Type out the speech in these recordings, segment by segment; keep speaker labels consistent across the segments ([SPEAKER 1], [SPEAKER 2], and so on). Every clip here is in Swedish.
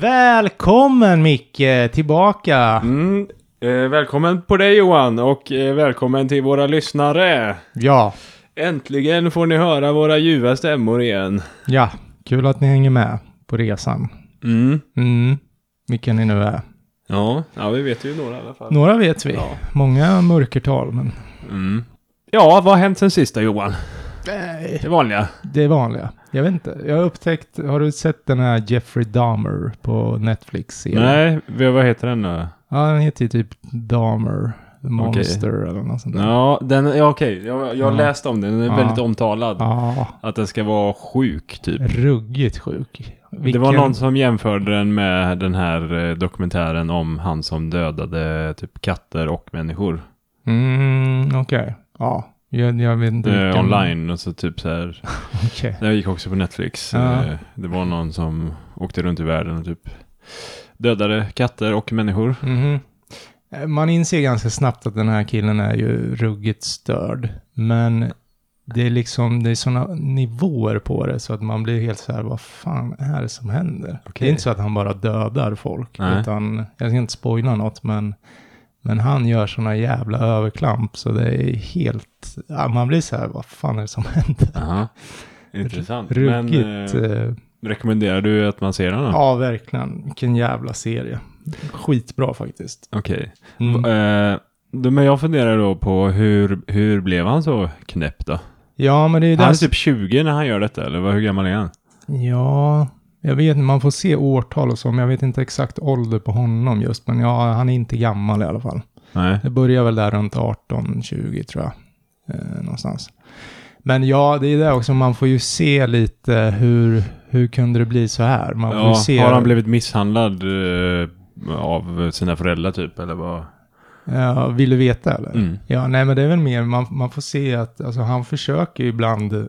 [SPEAKER 1] Välkommen Micke tillbaka!
[SPEAKER 2] Mm, eh, välkommen på dig Johan och eh, välkommen till våra lyssnare.
[SPEAKER 1] Ja,
[SPEAKER 2] Äntligen får ni höra våra ljuva stämmor igen.
[SPEAKER 1] ja. Kul att ni hänger med på resan.
[SPEAKER 2] Mm.
[SPEAKER 1] Mm, vilka ni nu är.
[SPEAKER 2] Ja, ja, vi vet ju några i alla fall.
[SPEAKER 1] Några vet vi.
[SPEAKER 2] Ja.
[SPEAKER 1] Många mörkertal, men
[SPEAKER 2] Mm. ja, vad har hänt sen sista Johan?
[SPEAKER 1] Nej.
[SPEAKER 2] Det vanliga.
[SPEAKER 1] det är vanliga. Jag vet inte. Jag har upptäckt, har du sett den här Jeffrey Dahmer på Netflix? -serien?
[SPEAKER 2] Nej, vi- vad heter den då?
[SPEAKER 1] Ja, den heter ju typ Dahmer Monster eller något sånt där.
[SPEAKER 2] Ja, den, ja okej. Jag, jag
[SPEAKER 1] Ja.
[SPEAKER 2] läste om den. Den är
[SPEAKER 1] Ja.
[SPEAKER 2] väldigt omtalad.
[SPEAKER 1] Ja,
[SPEAKER 2] Att den ska vara sjuk, typ.
[SPEAKER 1] ruggigt sjuk. Vilken-
[SPEAKER 2] Det var någon som jämförde den med den här eh, dokumentären om han som dödade typ katter och människor.
[SPEAKER 1] Mm, okej. Ja, jag, jag vet inte.
[SPEAKER 2] Eh,
[SPEAKER 1] vilken-
[SPEAKER 2] online och så typ så här.
[SPEAKER 1] Okej.
[SPEAKER 2] Det här gick också på Netflix.
[SPEAKER 1] Ja.
[SPEAKER 2] Eh, Det var någon som åkte runt i världen och typ dödade katter och människor.
[SPEAKER 1] Mhm. Eh, Man inser ganska snabbt att den här killen är ju ruggigt störd. Men det är liksom, det är sådana nivåer på det så att man blir helt så här, vad fan är det som händer? Det
[SPEAKER 2] Okej.
[SPEAKER 1] är inte så att han bara dödar folk,
[SPEAKER 2] Nej.
[SPEAKER 1] utan, jag ska inte spoila något, men, men han gör sådana jävla överklamp så det är helt, ja, man blir så här, vad fan är det som händer?
[SPEAKER 2] Aha. Intressant. Men
[SPEAKER 1] Ruggigt,
[SPEAKER 2] eh,
[SPEAKER 1] eh,
[SPEAKER 2] rekommenderar du att man ser den? då?
[SPEAKER 1] ja verkligen, vilken jävla serie. Skitbra faktiskt.
[SPEAKER 2] Okej.
[SPEAKER 1] Mm.
[SPEAKER 2] Eh, då- Men jag funderar då på hur, hur blev han så knäpp då?
[SPEAKER 1] Ja, men det är ju
[SPEAKER 2] Han är
[SPEAKER 1] det-
[SPEAKER 2] typ 20 när han gör detta, eller vad- hur gammal är han?
[SPEAKER 1] Ja, jag vet inte. Man får se årtal och så, men jag vet inte exakt ålder på honom just. Men ja, han är inte gammal i alla fall.
[SPEAKER 2] Nej.
[SPEAKER 1] Det börjar väl där runt 18-20 tror jag. Eh, någonstans. Men ja, det är det också. Man får ju se lite hur, hur kunde det bli så här? Man får ju
[SPEAKER 2] Ja,
[SPEAKER 1] se.
[SPEAKER 2] Har han blivit misshandlad eh, av sina föräldrar typ? Eller vad?
[SPEAKER 1] Ja, vill du veta eller?
[SPEAKER 2] Mm.
[SPEAKER 1] Ja, nej men det är väl mer, man, man får se att alltså, han försöker ju ibland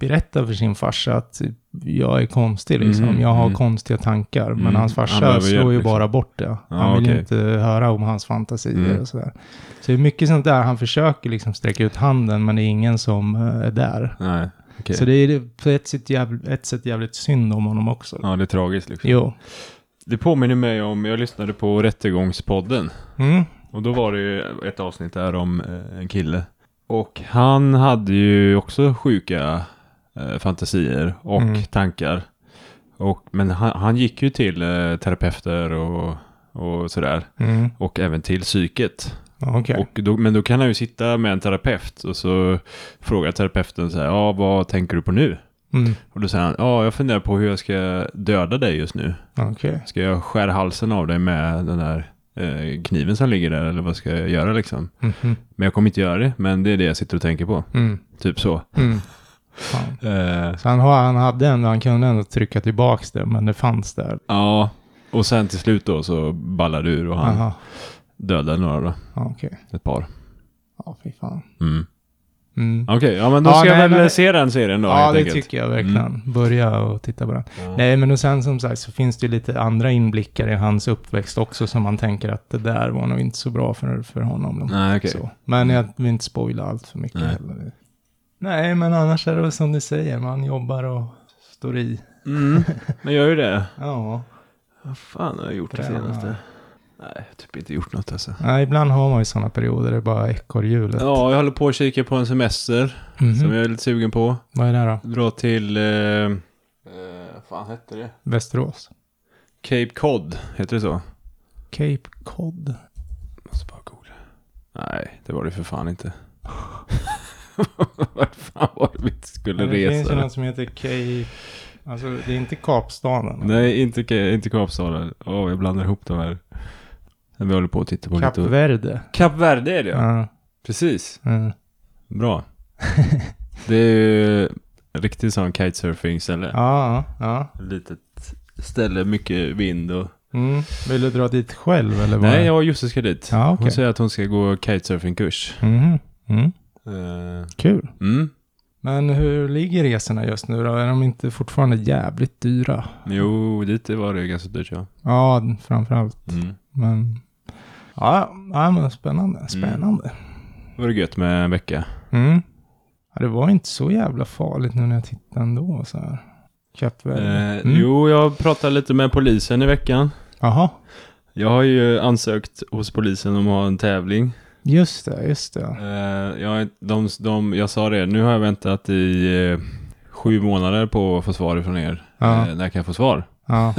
[SPEAKER 1] berätta för sin farsa att typ, jag är konstig liksom,
[SPEAKER 2] Mhm,
[SPEAKER 1] jag har
[SPEAKER 2] mm.
[SPEAKER 1] konstiga tankar. Men
[SPEAKER 2] Mm,
[SPEAKER 1] hans
[SPEAKER 2] han
[SPEAKER 1] farsa
[SPEAKER 2] behöver
[SPEAKER 1] slår
[SPEAKER 2] hjälp,
[SPEAKER 1] ju
[SPEAKER 2] liksom.
[SPEAKER 1] bara bort det. Han
[SPEAKER 2] Ja,
[SPEAKER 1] vill
[SPEAKER 2] okej.
[SPEAKER 1] inte höra om hans fantasier
[SPEAKER 2] Mm.
[SPEAKER 1] och sådär. Så det är mycket sånt där, han försöker liksom sträcka ut handen men det är ingen som eh, är där.
[SPEAKER 2] Nej, okej.
[SPEAKER 1] Så det är på ett sätt, jävligt, ett sätt jävligt synd om honom också.
[SPEAKER 2] Ja, det är tragiskt liksom.
[SPEAKER 1] Jo.
[SPEAKER 2] Det påminner mig om, jag lyssnade på Rättegångspodden.
[SPEAKER 1] Mm.
[SPEAKER 2] Och då var det ju ett avsnitt där om eh, en kille. Och han hade ju också sjuka eh, fantasier och
[SPEAKER 1] Mm.
[SPEAKER 2] tankar. Och, men han, han gick ju till eh, terapeuter och, och sådär.
[SPEAKER 1] Mm.
[SPEAKER 2] Och även till psyket.
[SPEAKER 1] Ja, Okej.
[SPEAKER 2] Och då, men då kan han ju sitta med en terapeut och så frågar terapeuten så här, ja vad tänker du på nu?
[SPEAKER 1] Mm.
[SPEAKER 2] Och då säger han, ja jag funderar på hur jag ska döda dig just nu.
[SPEAKER 1] Okej.
[SPEAKER 2] Ska jag skära halsen av dig med den där eh, kniven som ligger där eller vad ska jag göra liksom?
[SPEAKER 1] Mhm.
[SPEAKER 2] Men jag kommer inte göra det, men det är det jag sitter och tänker på.
[SPEAKER 1] Mm.
[SPEAKER 2] Typ så.
[SPEAKER 1] Mm. Fan.
[SPEAKER 2] Eh,
[SPEAKER 1] Så han, har- han hade ändå, han kunde ändå trycka tillbaks det, men det fanns där.
[SPEAKER 2] ja, och sen till slut då så ballar du ur och han
[SPEAKER 1] Aha,
[SPEAKER 2] dödar några då,
[SPEAKER 1] ja, okej.
[SPEAKER 2] ett par.
[SPEAKER 1] Ja, fy fan.
[SPEAKER 2] Mm.
[SPEAKER 1] Mm.
[SPEAKER 2] Okej, ja men då
[SPEAKER 1] Ja,
[SPEAKER 2] ska
[SPEAKER 1] nej,
[SPEAKER 2] jag väl
[SPEAKER 1] men-
[SPEAKER 2] se den serien då
[SPEAKER 1] Ja,
[SPEAKER 2] helt
[SPEAKER 1] det
[SPEAKER 2] enkelt. Mm.
[SPEAKER 1] tycker jag verkligen. Börja och titta på den.
[SPEAKER 2] Ja.
[SPEAKER 1] Nej, men och sen som sagt så finns det ju lite andra inblickar i hans uppväxt också som man tänker att det där var nog inte så bra för, för honom.
[SPEAKER 2] Nej, okej.
[SPEAKER 1] Så. Men jag vill inte spoila allt för mycket
[SPEAKER 2] Nej.
[SPEAKER 1] heller. Nej, men annars är det väl som du säger, man jobbar och står i.
[SPEAKER 2] Mm, men gör ju det.
[SPEAKER 1] Ja.
[SPEAKER 2] Vad fan har jag gjort det
[SPEAKER 1] Tränar.
[SPEAKER 2] senaste? Nej, jag har typ inte gjort något alltså.
[SPEAKER 1] Nej, ibland har man ju sådana perioder, det är bara ekorrhjulet.
[SPEAKER 2] Ja, jag håller på att kika på en semester
[SPEAKER 1] Mhm.
[SPEAKER 2] som jag är lite sugen på.
[SPEAKER 1] Vad är det här då?
[SPEAKER 2] Dra till... Eh, eh, vad fan hette det?
[SPEAKER 1] Västerås?
[SPEAKER 2] Cape Cod, heter det så?
[SPEAKER 1] Cape Cod.
[SPEAKER 2] Måste bara googla. Nej, det var det för fan inte. Vart fan var det vi inte skulle
[SPEAKER 1] Men det finns ju
[SPEAKER 2] resa?
[SPEAKER 1] något som heter Cape... Alltså det är inte Kapstaden.
[SPEAKER 2] Nej, inte, Ca- inte Kapstaden. Åh, jag blandar ihop de här. Vi håller på att titta på
[SPEAKER 1] Kap
[SPEAKER 2] lite...
[SPEAKER 1] Verde.
[SPEAKER 2] Kap Verde är det ja.
[SPEAKER 1] Ja.
[SPEAKER 2] Precis.
[SPEAKER 1] Mm.
[SPEAKER 2] Bra. Det är ju riktigt sån kitesurfing ställe.
[SPEAKER 1] Ja, ja, ja.
[SPEAKER 2] Litet ställe, mycket vind och...
[SPEAKER 1] Mm. Vill du dra dit själv eller? Vad?
[SPEAKER 2] Nej, jag och Jussi ska dit.
[SPEAKER 1] Ja, okej.
[SPEAKER 2] Hon säger att hon ska gå kitesurfingkurs.
[SPEAKER 1] Mhm. Mm.
[SPEAKER 2] Eh,
[SPEAKER 1] Kul.
[SPEAKER 2] Mm.
[SPEAKER 1] Men hur ligger resorna just nu då? Är de inte fortfarande jävligt dyra?
[SPEAKER 2] Jo, dit var det ganska dyrt ja.
[SPEAKER 1] Ja, framförallt.
[SPEAKER 2] Mm.
[SPEAKER 1] Men ja, ja men spännande. Spännande.
[SPEAKER 2] Det var det gött med en vecka.
[SPEAKER 1] Mm. Ja, det var inte så jävla farligt nu när jag tittade ändå så här. Köpt väl.
[SPEAKER 2] Eh,
[SPEAKER 1] Mm.
[SPEAKER 2] Jo, jag pratade lite med polisen i veckan.
[SPEAKER 1] Jaha,
[SPEAKER 2] Jag har ju ansökt hos polisen om att ha en tävling.
[SPEAKER 1] just det, just det.
[SPEAKER 2] Eh, jag, de, de, jag sa det, nu har jag väntat i eh, sju månader på att få svar från er.
[SPEAKER 1] Ja.
[SPEAKER 2] Eh, när kan jag få svar?
[SPEAKER 1] Ja,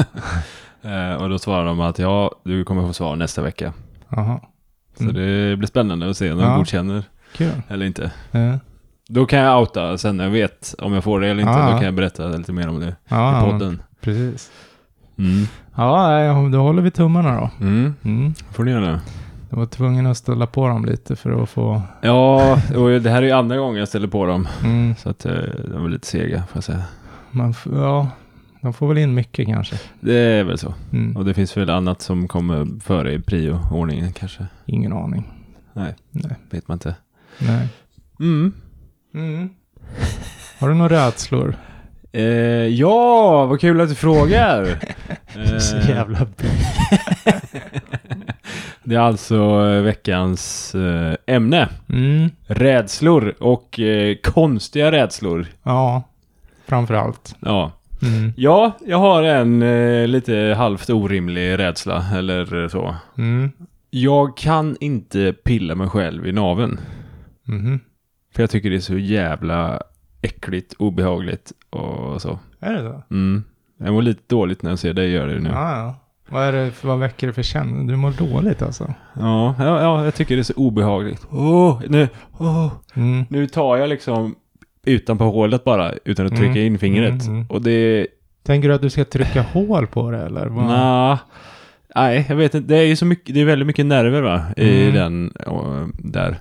[SPEAKER 2] Eh, och då svarade de att ja, du kommer få svar nästa vecka.
[SPEAKER 1] jaha,
[SPEAKER 2] Så
[SPEAKER 1] Mm.
[SPEAKER 2] det blir spännande att se om de
[SPEAKER 1] Ja.
[SPEAKER 2] godkänner
[SPEAKER 1] kul.
[SPEAKER 2] eller inte.
[SPEAKER 1] Eh,
[SPEAKER 2] Då kan jag outa sen när jag vet om jag får det eller inte.
[SPEAKER 1] Ja.
[SPEAKER 2] Då kan jag berätta lite mer om det i
[SPEAKER 1] Ja, ja,
[SPEAKER 2] podden.
[SPEAKER 1] precis.
[SPEAKER 2] Mm.
[SPEAKER 1] Ja, nej, då håller vi tummarna då.
[SPEAKER 2] Mm.
[SPEAKER 1] Mm.
[SPEAKER 2] får ni göra.
[SPEAKER 1] Jag var tvungen att ställa på dem lite för att få...
[SPEAKER 2] Ja, och det här är ju andra gången jag ställer på dem.
[SPEAKER 1] Mm,
[SPEAKER 2] Så att eh, de är lite sega får jag säga.
[SPEAKER 1] man, f- ja, de får väl in mycket kanske.
[SPEAKER 2] Det är väl så.
[SPEAKER 1] Mm.
[SPEAKER 2] Och det finns väl annat som kommer före i prio-ordningen kanske.
[SPEAKER 1] Ingen aning.
[SPEAKER 2] Vet man inte.
[SPEAKER 1] Nej.
[SPEAKER 2] Mm.
[SPEAKER 1] Har du några rädslor?
[SPEAKER 2] Eh, ja, vad kul att du frågar. Eh, det är alltså eh, veckans eh, ämne.
[SPEAKER 1] Mm.
[SPEAKER 2] Rädslor och eh, konstiga rädslor.
[SPEAKER 1] Ja, framför allt.
[SPEAKER 2] Ja.
[SPEAKER 1] Mm.
[SPEAKER 2] ja, jag har en eh, lite halvt orimlig rädsla eller så.
[SPEAKER 1] Mm.
[SPEAKER 2] Jag kan inte pilla mig själv i naveln.
[SPEAKER 1] Mhm.
[SPEAKER 2] För jag tycker det är så jävla äckligt, obehagligt och så.
[SPEAKER 1] Är det så?
[SPEAKER 2] Mm. Jag mår lite dåligt när jag ser dig göra det nu. Ja,
[SPEAKER 1] Ja, ja. Vad, är det, för- vad väcker det för känslor? Du mår dåligt alltså?
[SPEAKER 2] ja, ja jag tycker det är så obehagligt. Åh, nu, åh.
[SPEAKER 1] Mm.
[SPEAKER 2] nu tar jag liksom utanpå hålet bara, utan att
[SPEAKER 1] Mm.
[SPEAKER 2] trycka in fingret.
[SPEAKER 1] Mm, mm.
[SPEAKER 2] Och det,
[SPEAKER 1] Tänker du att du ska trycka hål på det eller? Vad-
[SPEAKER 2] Nja, nej jag vet inte. Det är ju så mycket, det är väldigt mycket nerver va, i
[SPEAKER 1] Mm.
[SPEAKER 2] den och, där.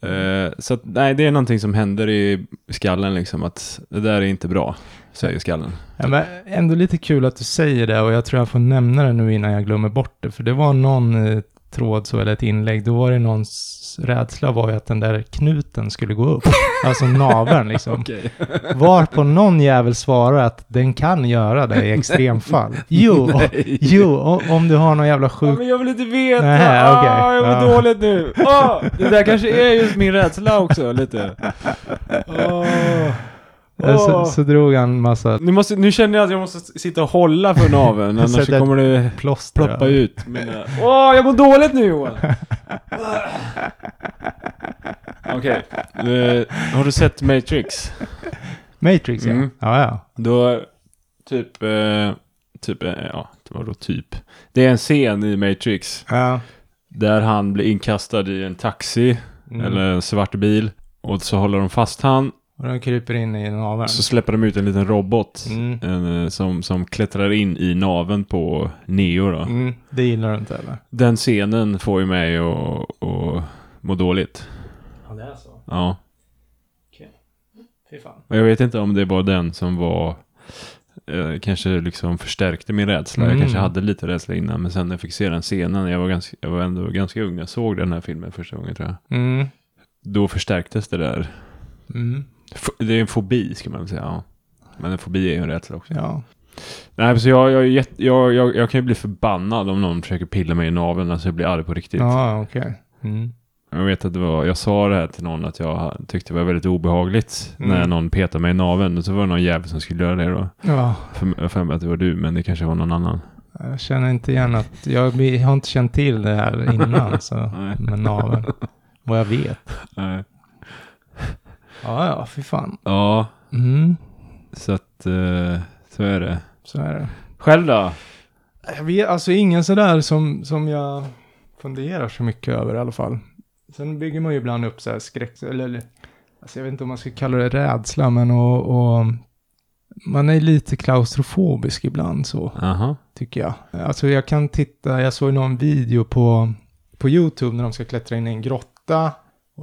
[SPEAKER 2] Eh, så att, nej, det är någonting som händer i skallen liksom, att det där är inte bra, säger skallen.
[SPEAKER 1] Ja, men ändå lite kul att du säger det och jag tror jag får nämna det nu innan jag glömmer bort det. För det var någon eh, tråd så eller ett inlägg, då var det någons rädsla var ju att den där knuten skulle gå upp. Alltså naveln liksom.
[SPEAKER 2] Okej.
[SPEAKER 1] Varpå någon jävel svarar att den kan göra det i extremfall. Jo,
[SPEAKER 2] Nej.
[SPEAKER 1] jo, o- om du har någon jävla
[SPEAKER 2] Ja,
[SPEAKER 1] sjuk...
[SPEAKER 2] men jag vill inte veta!
[SPEAKER 1] Nej, okej.
[SPEAKER 2] ah, jag mår
[SPEAKER 1] Ja.
[SPEAKER 2] dåligt nu! Ah, det där kanske är just min rädsla också, lite.
[SPEAKER 1] Eh,
[SPEAKER 2] Ah.
[SPEAKER 1] Så,
[SPEAKER 2] Ah.
[SPEAKER 1] så drog han massa
[SPEAKER 2] Nu, måste, nu känner jag att jag måste sitta och hålla för naveln,
[SPEAKER 1] Så
[SPEAKER 2] annars
[SPEAKER 1] där-
[SPEAKER 2] kommer det
[SPEAKER 1] plåster.
[SPEAKER 2] ploppa ut mina... Åh, jag mår dåligt nu Johan! Okej, eh, har du sett Matrix?
[SPEAKER 1] Matrix ja.
[SPEAKER 2] Mm.
[SPEAKER 1] Ja, ja.
[SPEAKER 2] Då, typ, eh, typ, eh, ja, det var då typ. Det är en scen i Matrix
[SPEAKER 1] ja.
[SPEAKER 2] där han blir inkastad i en taxi
[SPEAKER 1] Mm.
[SPEAKER 2] eller en svart bil och så håller de fast han
[SPEAKER 1] Och de kryper in i naveln.
[SPEAKER 2] så släpper de ut en liten robot
[SPEAKER 1] Mm.
[SPEAKER 2] en, eh, som, som klättrar in i naven på Neo då.
[SPEAKER 1] Mm. Det gillar du inte eller?
[SPEAKER 2] Den scenen får ju mig att att må dåligt.
[SPEAKER 1] Ja, det är så.
[SPEAKER 2] Ja.
[SPEAKER 1] Fy fan.
[SPEAKER 2] Och jag vet inte om det var den som var eh, kanske liksom förstärkte min rädsla.
[SPEAKER 1] Mm.
[SPEAKER 2] Jag kanske hade lite rädsla innan, men sen när jag fick se den scenen, jag var, ganska, jag var ändå ganska ung när jag såg den här filmen första gången tror jag.
[SPEAKER 1] Mm.
[SPEAKER 2] Då förstärktes det där.
[SPEAKER 1] Mm.
[SPEAKER 2] F- Det är en fobi ska man väl säga, ja. Men en fobi är ju en rädsla också.
[SPEAKER 1] Ja.
[SPEAKER 2] Nej, så jag, jag, är jätte- jag, jag, jag kan ju bli förbannad om någon försöker pilla mig i naveln, alltså jag blir arg på riktigt.
[SPEAKER 1] Ja, okej. Mm.
[SPEAKER 2] Jag vet att det var, jag sa det här till någon att jag tyckte det var väldigt obehagligt
[SPEAKER 1] Mm.
[SPEAKER 2] när någon petade mig i naveln. Och så var det någon jävel som skulle göra det då.
[SPEAKER 1] Ja,
[SPEAKER 2] För, jag har för mig att det var du, men det kanske var någon annan.
[SPEAKER 1] jag känner inte igen att... Jag vi har inte känt till det här innan, så
[SPEAKER 2] Nej.
[SPEAKER 1] med naveln. Vad jag vet.
[SPEAKER 2] Nej.
[SPEAKER 1] Ja, ja, fy fan.
[SPEAKER 2] Ja,
[SPEAKER 1] Mm,
[SPEAKER 2] så att eh, så är det.
[SPEAKER 1] så är det.
[SPEAKER 2] Själv då?
[SPEAKER 1] Jag vet, alltså ingen sådär som, som jag funderar så mycket över i alla fall. Sen bygger man ju ibland upp så här skräck, eller, eller alltså jag vet inte om man ska kalla det rädsla, men och, och man är lite klaustrofobisk ibland så.
[SPEAKER 2] Aha.
[SPEAKER 1] tycker jag. Alltså jag kan titta, jag såg någon video på, på YouTube när de ska klättra in i en grotta.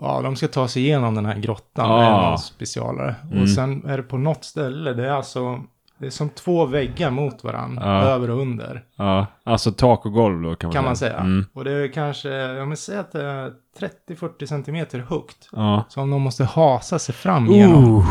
[SPEAKER 1] Ja, de ska ta sig igenom den här grottan med
[SPEAKER 2] Ah.
[SPEAKER 1] någon specialare.
[SPEAKER 2] Mm.
[SPEAKER 1] Och sen är det på något ställe, det är alltså Det är som två väggar mot varandra,
[SPEAKER 2] Ja.
[SPEAKER 1] över och under.
[SPEAKER 2] Ja, alltså tak och golv då kan man
[SPEAKER 1] Kan man
[SPEAKER 2] säga.
[SPEAKER 1] säga.
[SPEAKER 2] Mm.
[SPEAKER 1] Och det är kanske, jag men säg att det är 30-40 centimeter högt.
[SPEAKER 2] Ja.
[SPEAKER 1] Som de måste hasa sig fram genom.
[SPEAKER 2] Uh,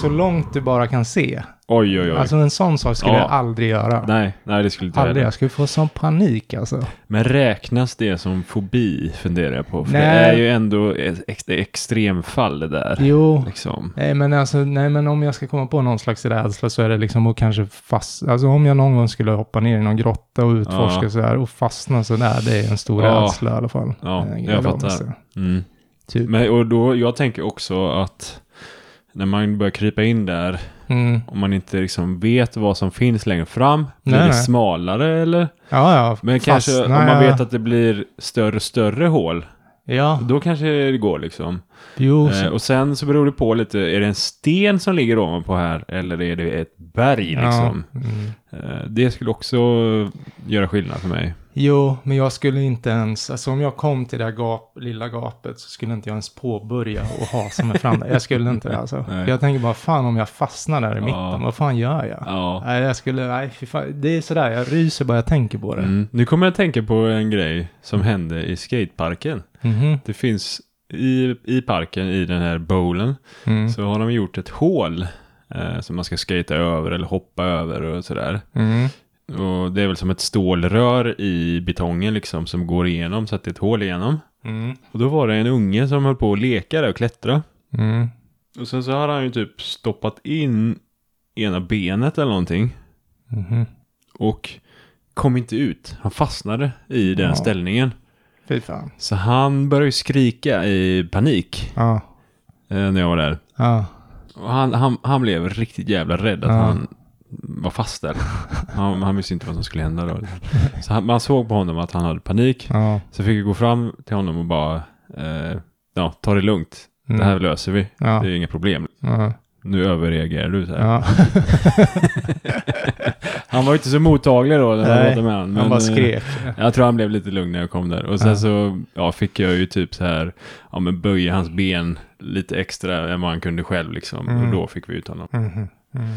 [SPEAKER 1] Så långt du bara kan se.
[SPEAKER 2] oj, oj, oj.
[SPEAKER 1] Alltså en sån sak skulle
[SPEAKER 2] Ja.
[SPEAKER 1] jag aldrig göra.
[SPEAKER 2] nej, nej, det skulle inte jag
[SPEAKER 1] Aldrig,
[SPEAKER 2] heller.
[SPEAKER 1] jag skulle få sån panik alltså.
[SPEAKER 2] Men räknas det som fobi funderar jag på. För det
[SPEAKER 1] Nej.
[SPEAKER 2] är ju ändå ett ex- det är extremfall det där.
[SPEAKER 1] Jo,
[SPEAKER 2] Liksom.
[SPEAKER 1] nej men, alltså, nej men om jag ska komma på någon slags rädsla så är det liksom att kanske fast, alltså om jag någon gång skulle hoppa ner i någon grotta och utforska
[SPEAKER 2] Ja.
[SPEAKER 1] så här och fastna så där, det är en stor
[SPEAKER 2] Ja.
[SPEAKER 1] rädsla i alla fall.
[SPEAKER 2] Ja,
[SPEAKER 1] Eh,
[SPEAKER 2] jag
[SPEAKER 1] eller vad man
[SPEAKER 2] fattar.
[SPEAKER 1] säger.
[SPEAKER 2] Mm.
[SPEAKER 1] Typ.
[SPEAKER 2] Men, och då, jag tänker också att när man börjar krypa in där,
[SPEAKER 1] Mm.
[SPEAKER 2] om man inte liksom vet vad som finns längre fram, blir
[SPEAKER 1] Nej,
[SPEAKER 2] det
[SPEAKER 1] nej.
[SPEAKER 2] smalare eller?
[SPEAKER 1] Ja, ja.
[SPEAKER 2] Men
[SPEAKER 1] fastna,
[SPEAKER 2] kanske om man
[SPEAKER 1] ja.
[SPEAKER 2] vet att det blir större och större hål,
[SPEAKER 1] Ja,
[SPEAKER 2] då kanske det går liksom.
[SPEAKER 1] jo. så-
[SPEAKER 2] Eh, och sen så beror det på lite, är det en sten som ligger ovanpå här eller är det ett berg liksom?
[SPEAKER 1] Ja. Mm.
[SPEAKER 2] Eh, det skulle också göra skillnad för mig.
[SPEAKER 1] Jo, men jag skulle inte ens, alltså om jag kom till det här gap, lilla gapet så skulle inte jag ens påbörja och hasa mig fram där. Jag skulle inte det alltså.
[SPEAKER 2] Nej.
[SPEAKER 1] Jag tänker bara, fan om jag fastnar där i mitten,
[SPEAKER 2] Ja.
[SPEAKER 1] vad fan gör jag?
[SPEAKER 2] Ja.
[SPEAKER 1] Nej, jag skulle, nej fy fan, det är sådär, jag ryser bara jag tänker på det.
[SPEAKER 2] Mm. Nu kommer jag att tänka på en grej som hände i skateparken.
[SPEAKER 1] Mhm.
[SPEAKER 2] Det finns i, i parken, i den här bowlen,
[SPEAKER 1] Mm.
[SPEAKER 2] så har de gjort ett hål eh, som man ska skata över eller hoppa över och sådär.
[SPEAKER 1] Mm.
[SPEAKER 2] Och det är väl som ett stålrör i betongen liksom som går igenom så att det är ett hål igenom.
[SPEAKER 1] Mm.
[SPEAKER 2] Och då var det en unge som höll på att leka där och klättra.
[SPEAKER 1] Mm.
[SPEAKER 2] Och sen så hade han ju typ stoppat in ena benet eller någonting
[SPEAKER 1] Mhm.
[SPEAKER 2] och kom inte ut. Han fastnade i den
[SPEAKER 1] Ja.
[SPEAKER 2] ställningen.
[SPEAKER 1] Fy fan.
[SPEAKER 2] Så han började ju skrika i panik
[SPEAKER 1] Ja,
[SPEAKER 2] eh, när jag var där.
[SPEAKER 1] ja,
[SPEAKER 2] Och han, han, han blev riktigt jävla rädd att
[SPEAKER 1] Ja.
[SPEAKER 2] han var fast där. Han, han visste inte vad som skulle hända då. Så han, man såg på honom att han hade panik.
[SPEAKER 1] ja.
[SPEAKER 2] Så fick vi gå fram till honom och bara, eh, ja, ta det lugnt.
[SPEAKER 1] Mm.
[SPEAKER 2] Det här löser vi.
[SPEAKER 1] Ja,
[SPEAKER 2] Det är inga problem.
[SPEAKER 1] ja,
[SPEAKER 2] Nu överreagerar du så här.
[SPEAKER 1] ja.
[SPEAKER 2] Han var ju inte så mottaglig då när jag
[SPEAKER 1] Nej,
[SPEAKER 2] pratade med honom.
[SPEAKER 1] Han bara skrek.
[SPEAKER 2] eh, Jag tror han blev lite lugn när jag kom där. Och sen
[SPEAKER 1] Ja.
[SPEAKER 2] så ja, fick jag ju typ så här, ja men böja hans ben lite extra än vad han kunde själv liksom.
[SPEAKER 1] Mm.
[SPEAKER 2] Och då fick vi ut honom.
[SPEAKER 1] Mhm. Mm.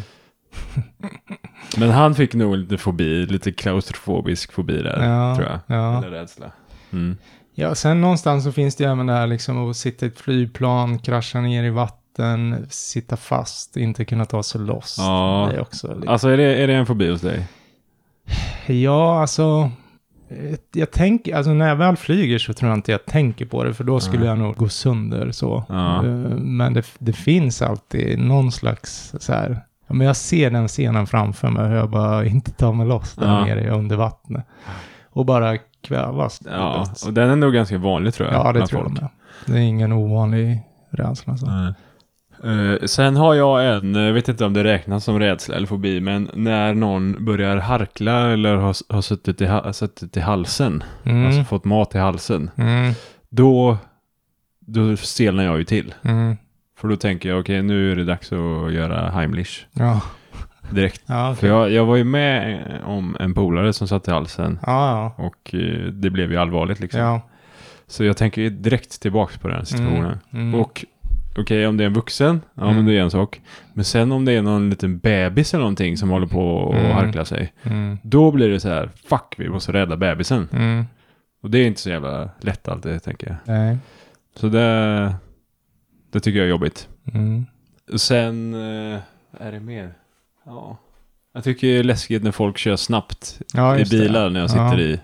[SPEAKER 2] Men han fick nog lite fobi, lite klaustrofobisk fobi där,
[SPEAKER 1] Ja,
[SPEAKER 2] tror jag.
[SPEAKER 1] Ja.
[SPEAKER 2] Eller rädsla. Mm.
[SPEAKER 1] Ja, sen någonstans så finns det ju även det här liksom att sitta i ett flygplan, krascha ner i vatten, sitta fast, inte kunna ta sig loss.
[SPEAKER 2] Ja.
[SPEAKER 1] Det är också lite...
[SPEAKER 2] Alltså är det, är det en fobi hos dig?
[SPEAKER 1] Ja, alltså. eh, Jag tänker, alltså när jag väl flyger så tror jag inte jag tänker på det, för då skulle
[SPEAKER 2] Nej.
[SPEAKER 1] jag nog gå sönder så.
[SPEAKER 2] Ja.
[SPEAKER 1] Eh, Men det, det finns alltid någon slags så här, ja, men jag ser den scenen framför mig hur jag bara inte tar mig loss där
[SPEAKER 2] Ja.
[SPEAKER 1] nere under vattnet. Och bara kvävas. till
[SPEAKER 2] Ja,
[SPEAKER 1] döds.
[SPEAKER 2] och den är nog ganska vanlig tror jag.
[SPEAKER 1] Ja, det
[SPEAKER 2] bland
[SPEAKER 1] tror jag
[SPEAKER 2] folk.
[SPEAKER 1] med. Det är ingen ovanlig rädsla. Så.
[SPEAKER 2] Nej. Eh, sen har jag en, eh, jag vet inte om det räknas som rädsla eller fobi, men när någon börjar harkla eller har, har suttit, i, ha- suttit i halsen,
[SPEAKER 1] Mm.
[SPEAKER 2] alltså fått mat i halsen,
[SPEAKER 1] mm,
[SPEAKER 2] då, då stelnar jag ju till.
[SPEAKER 1] mm.
[SPEAKER 2] För då tänker jag, okej nu är det dags att göra Heimlich
[SPEAKER 1] Ja,
[SPEAKER 2] direkt.
[SPEAKER 1] ja,
[SPEAKER 2] För
[SPEAKER 1] okay.
[SPEAKER 2] jag, jag var ju med eh, om en polare som satt i halsen
[SPEAKER 1] ja, ja.
[SPEAKER 2] och eh, det blev ju allvarligt liksom.
[SPEAKER 1] ja.
[SPEAKER 2] Så jag tänker ju direkt tillbaka på den situationen.
[SPEAKER 1] Mm.
[SPEAKER 2] Och okej, om det är en vuxen, ja men
[SPEAKER 1] Mm.
[SPEAKER 2] det är en sak. Men sen om det är någon liten bebis eller någonting som håller på och
[SPEAKER 1] Mm.
[SPEAKER 2] harklar sig.
[SPEAKER 1] Mm.
[SPEAKER 2] Då blir det så här, fuck vi måste rädda bebisen.
[SPEAKER 1] Mm.
[SPEAKER 2] Och det är inte så jävla lätt alltid tänker jag.
[SPEAKER 1] Nej.
[SPEAKER 2] Så det, det tycker jag är jobbigt.
[SPEAKER 1] Mm.
[SPEAKER 2] Och Sen, eh, är det mer? Ja. Jag tycker det är läskigt när folk kör snabbt
[SPEAKER 1] Ja,
[SPEAKER 2] i
[SPEAKER 1] just det.
[SPEAKER 2] bilar när jag sitter
[SPEAKER 1] Ja.
[SPEAKER 2] i.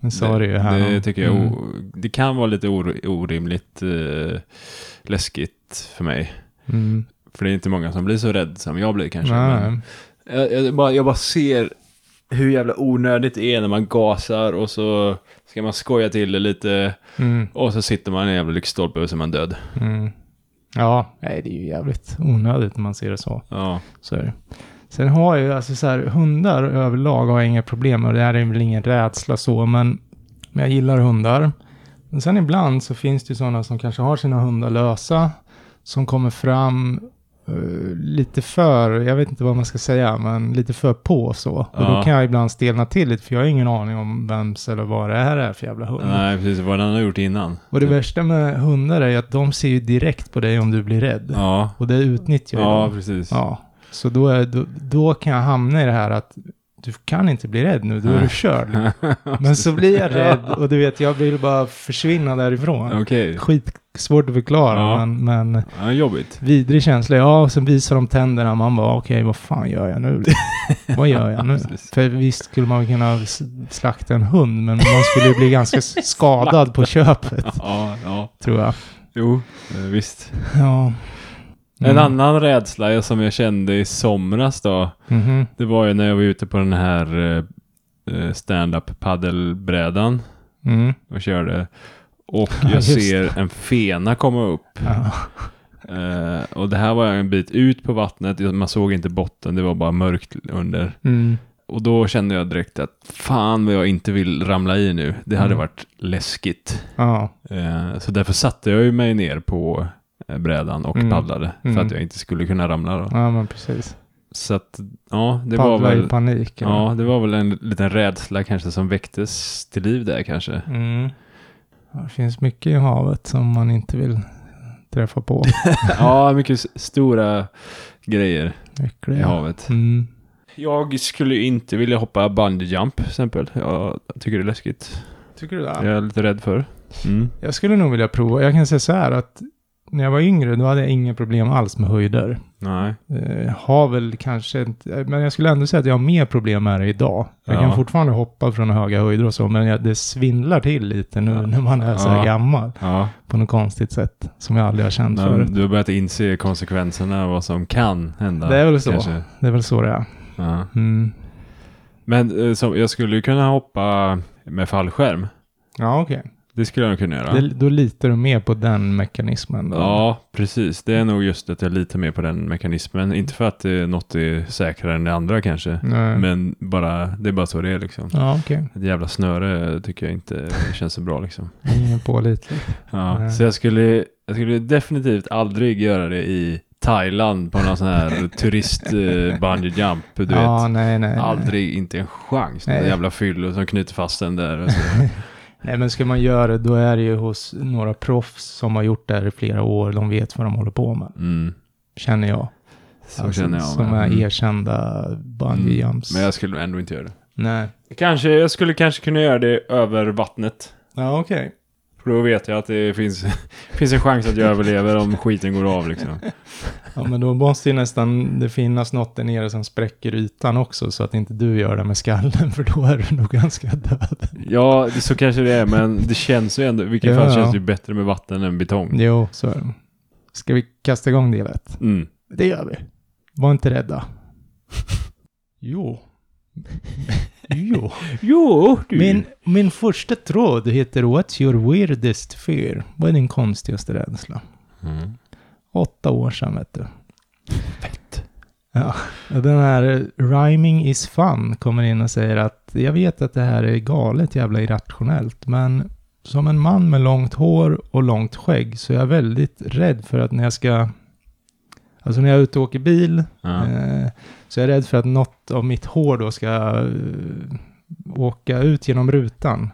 [SPEAKER 1] Men så är det ju här.
[SPEAKER 2] Det
[SPEAKER 1] om-
[SPEAKER 2] tycker jag
[SPEAKER 1] Mm.
[SPEAKER 2] o- Det kan vara lite or, orimligt eh, läskigt för mig.
[SPEAKER 1] Mm.
[SPEAKER 2] För det är inte många som blir så rädd som jag blir kanske.
[SPEAKER 1] Nej.
[SPEAKER 2] Men jag, jag, bara, jag bara ser hur jävla onödigt det är när man gasar och så ska man skoja till det lite
[SPEAKER 1] Mm.
[SPEAKER 2] och så sitter man i en jävla lyktstolpe och så är man död.
[SPEAKER 1] Mm. Ja, nej, det är ju jävligt onödigt när man ser det så.
[SPEAKER 2] Ja.
[SPEAKER 1] Så är det. Sen har jag ju, alltså så här, hundar överlag har jag inga problem och det här är väl ingen rädsla så, men, men jag gillar hundar. Men sen ibland så finns det ju sådana som kanske har sina hundar lösa, som kommer fram eh, lite för, jag vet inte vad man ska säga, men lite för på så. Och
[SPEAKER 2] Ja.
[SPEAKER 1] då kan jag ibland stelna till lite, för jag har ingen aning om vems eller vad det här är för jävla hund.
[SPEAKER 2] Nej, precis. Vad den har gjort innan.
[SPEAKER 1] Och det värsta med hundar är ju att de ser ju direkt på dig om du blir rädd.
[SPEAKER 2] Ja.
[SPEAKER 1] Och det utnyttjar ju
[SPEAKER 2] Ja,
[SPEAKER 1] de.
[SPEAKER 2] precis.
[SPEAKER 1] Ja. Så då, är, då, då kan jag hamna i det här att du kan inte bli rädd nu, då är du körd. Men så blir jag rädd och du vet, jag vill bara försvinna därifrån.
[SPEAKER 2] Okej.
[SPEAKER 1] Skitsvårt att förklara,
[SPEAKER 2] Ja.
[SPEAKER 1] men, men
[SPEAKER 2] Ja, jobbigt.
[SPEAKER 1] vidrig känsla. Ja, och sen visar de tänderna, man bara okej, vad fan gör jag nu? vad gör jag nu?
[SPEAKER 2] Precis.
[SPEAKER 1] För visst skulle man kunna s- slakta en hund, men man skulle ju bli ganska s- skadad på köpet,
[SPEAKER 2] Ja, ja.
[SPEAKER 1] tror jag.
[SPEAKER 2] Jo, eh, visst.
[SPEAKER 1] Ja. Mm.
[SPEAKER 2] En annan rädsla jag- som jag kände i somras då.
[SPEAKER 1] Mhm.
[SPEAKER 2] Det var ju när jag var ute på den här eh, eh, stand-up paddelbrädan
[SPEAKER 1] Mm.
[SPEAKER 2] och körde. Och
[SPEAKER 1] Ja,
[SPEAKER 2] jag
[SPEAKER 1] just
[SPEAKER 2] ser en fena komma upp.
[SPEAKER 1] Ja.
[SPEAKER 2] Eh, och det här var en bit ut på vattnet. Jag- Man såg inte botten, det var bara mörkt under.
[SPEAKER 1] Mm.
[SPEAKER 2] Och då kände jag direkt att fan vad jag inte vill ramla i nu. Det hade
[SPEAKER 1] Mm.
[SPEAKER 2] varit läskigt.
[SPEAKER 1] ja.
[SPEAKER 2] Eh, så därför satte jag ju mig ner på eh, brädan och
[SPEAKER 1] Mm.
[SPEAKER 2] paddlade. För
[SPEAKER 1] Mm.
[SPEAKER 2] att jag inte skulle kunna ramla då.
[SPEAKER 1] Ja, men precis.
[SPEAKER 2] Så att, ja, det var
[SPEAKER 1] Paddla
[SPEAKER 2] väl...
[SPEAKER 1] i panik. eller?
[SPEAKER 2] Ja, det var väl en liten rädsla kanske som väcktes till liv där kanske.
[SPEAKER 1] Mm. Ja, Det finns mycket i havet som man inte vill träffa på.
[SPEAKER 2] ja, mycket s- stora grejer i
[SPEAKER 1] Äckliga.
[SPEAKER 2] havet.
[SPEAKER 1] Mm.
[SPEAKER 2] Jag skulle inte vilja hoppa bungee jump till exempel. Jag tycker det är läskigt.
[SPEAKER 1] Tycker du det?
[SPEAKER 2] Jag är lite rädd för. Mm.
[SPEAKER 1] Jag skulle nog vilja prova. Jag kan säga så här att när jag var yngre då hade jag inga problem alls med höjder.
[SPEAKER 2] Nej.
[SPEAKER 1] Eh, har väl kanske inte, eh, men jag skulle ändå säga att jag har mer problem med det idag. Jag
[SPEAKER 2] Ja.
[SPEAKER 1] kan fortfarande hoppa från höga höjder och så, men jag, det svindlar till lite nu
[SPEAKER 2] Ja.
[SPEAKER 1] när man är så här
[SPEAKER 2] Ja.
[SPEAKER 1] gammal.
[SPEAKER 2] Ja,
[SPEAKER 1] På något konstigt sätt som jag aldrig har känt förut.
[SPEAKER 2] men du har börjat inse konsekvenserna vad som kan hända.
[SPEAKER 1] Det är väl så.
[SPEAKER 2] kanske.
[SPEAKER 1] Det är väl så det är.
[SPEAKER 2] Ja.
[SPEAKER 1] Mm.
[SPEAKER 2] Men eh, som, jag skulle ju kunna hoppa med fallskärm.
[SPEAKER 1] Ja, okej.
[SPEAKER 2] Det skulle jag nog kunna göra.
[SPEAKER 1] Det- Då litar du mer på den mekanismen. Då.
[SPEAKER 2] Ja, precis. Det är nog just att jag litar mer på den mekanismen. Inte för att eh, något är säkrare än det andra kanske.
[SPEAKER 1] Nej.
[SPEAKER 2] Men bara, det är bara så det är liksom.
[SPEAKER 1] Ja, okej.
[SPEAKER 2] Ett jävla snöre tycker jag inte känns så bra liksom.
[SPEAKER 1] Ingen pålitlig.
[SPEAKER 2] Ja,
[SPEAKER 1] Nej.
[SPEAKER 2] så jag skulle, jag skulle definitivt aldrig göra det i Thailand på någon sån här turist eh, bungee jump du
[SPEAKER 1] Ja,
[SPEAKER 2] vet.
[SPEAKER 1] nej, nej. nej.
[SPEAKER 2] Aldrig, inte en chans. Den
[SPEAKER 1] Nej.
[SPEAKER 2] där jävla fyllo som knyter fast den där. Och så.
[SPEAKER 1] Nej, men ska man göra det, då är det ju hos några proffs som har gjort det här i flera år. De vet vad de håller på med,
[SPEAKER 2] Mm,
[SPEAKER 1] känner jag.
[SPEAKER 2] så
[SPEAKER 1] Alltså,
[SPEAKER 2] känner jag.
[SPEAKER 1] Som
[SPEAKER 2] med.
[SPEAKER 1] är
[SPEAKER 2] Mm.
[SPEAKER 1] erkända bungee jumps.
[SPEAKER 2] Men jag skulle ändå inte göra det.
[SPEAKER 1] Nej.
[SPEAKER 2] Kanske, jag skulle kanske kunna göra det över vattnet.
[SPEAKER 1] Ja, okej.
[SPEAKER 2] För då vet jag att det finns, finns en chans att jag överlever om skiten går av liksom.
[SPEAKER 1] Ja, men då måste ju nästan det finnas något där nere som spräcker ytan också, så att inte du gör det med skallen, för då är du nog ganska död.
[SPEAKER 2] Ja, det- så kanske det är, men det känns ju ändå, i vilket
[SPEAKER 1] Ja,
[SPEAKER 2] fall
[SPEAKER 1] ja.
[SPEAKER 2] känns det ju bättre med vatten än betong.
[SPEAKER 1] Jo, så är det. Ska vi kasta igång del ett?
[SPEAKER 2] Mm.
[SPEAKER 1] Det gör vi. Var inte rädda. Jo. jo.
[SPEAKER 2] Jo, du.
[SPEAKER 1] Min, min första tråd heter What's your weirdest fear? Vad är din konstigaste rädsla?
[SPEAKER 2] Mm.
[SPEAKER 1] Åtta år sedan vet du. Ja, och den här eh, Rhyming is fun kommer in och säger att jag vet att det här är galet jävla irrationellt, men som en man med långt hår och långt skägg så är jag väldigt rädd för att när jag ska, alltså när jag är ute och åker bil
[SPEAKER 2] Ja.
[SPEAKER 1] Eh, Så jag är rädd för att något av mitt hår då ska eh, åka ut genom rutan.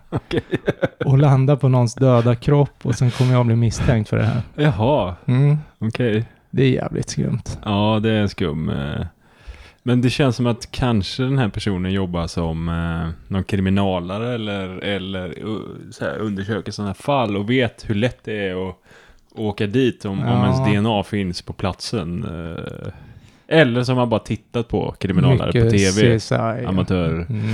[SPEAKER 1] Och landa på någons döda kropp och sen kommer jag bli misstänkt för det här.
[SPEAKER 2] Jaha,
[SPEAKER 1] Mm.
[SPEAKER 2] okej.
[SPEAKER 1] Det är jävligt skumt.
[SPEAKER 2] Ja, det är en skum. eh. Men det känns som att kanske den här personen jobbar som eh, någon kriminalare eller, eller uh, så här, undersöker sådana här fall och vet hur lätt det är att åka dit om, om
[SPEAKER 1] Ja.
[SPEAKER 2] ens DNA finns på platsen. eh. Eller som man bara tittat på kriminalare på tv.
[SPEAKER 1] CSI.
[SPEAKER 2] Amatörer.
[SPEAKER 1] Mm.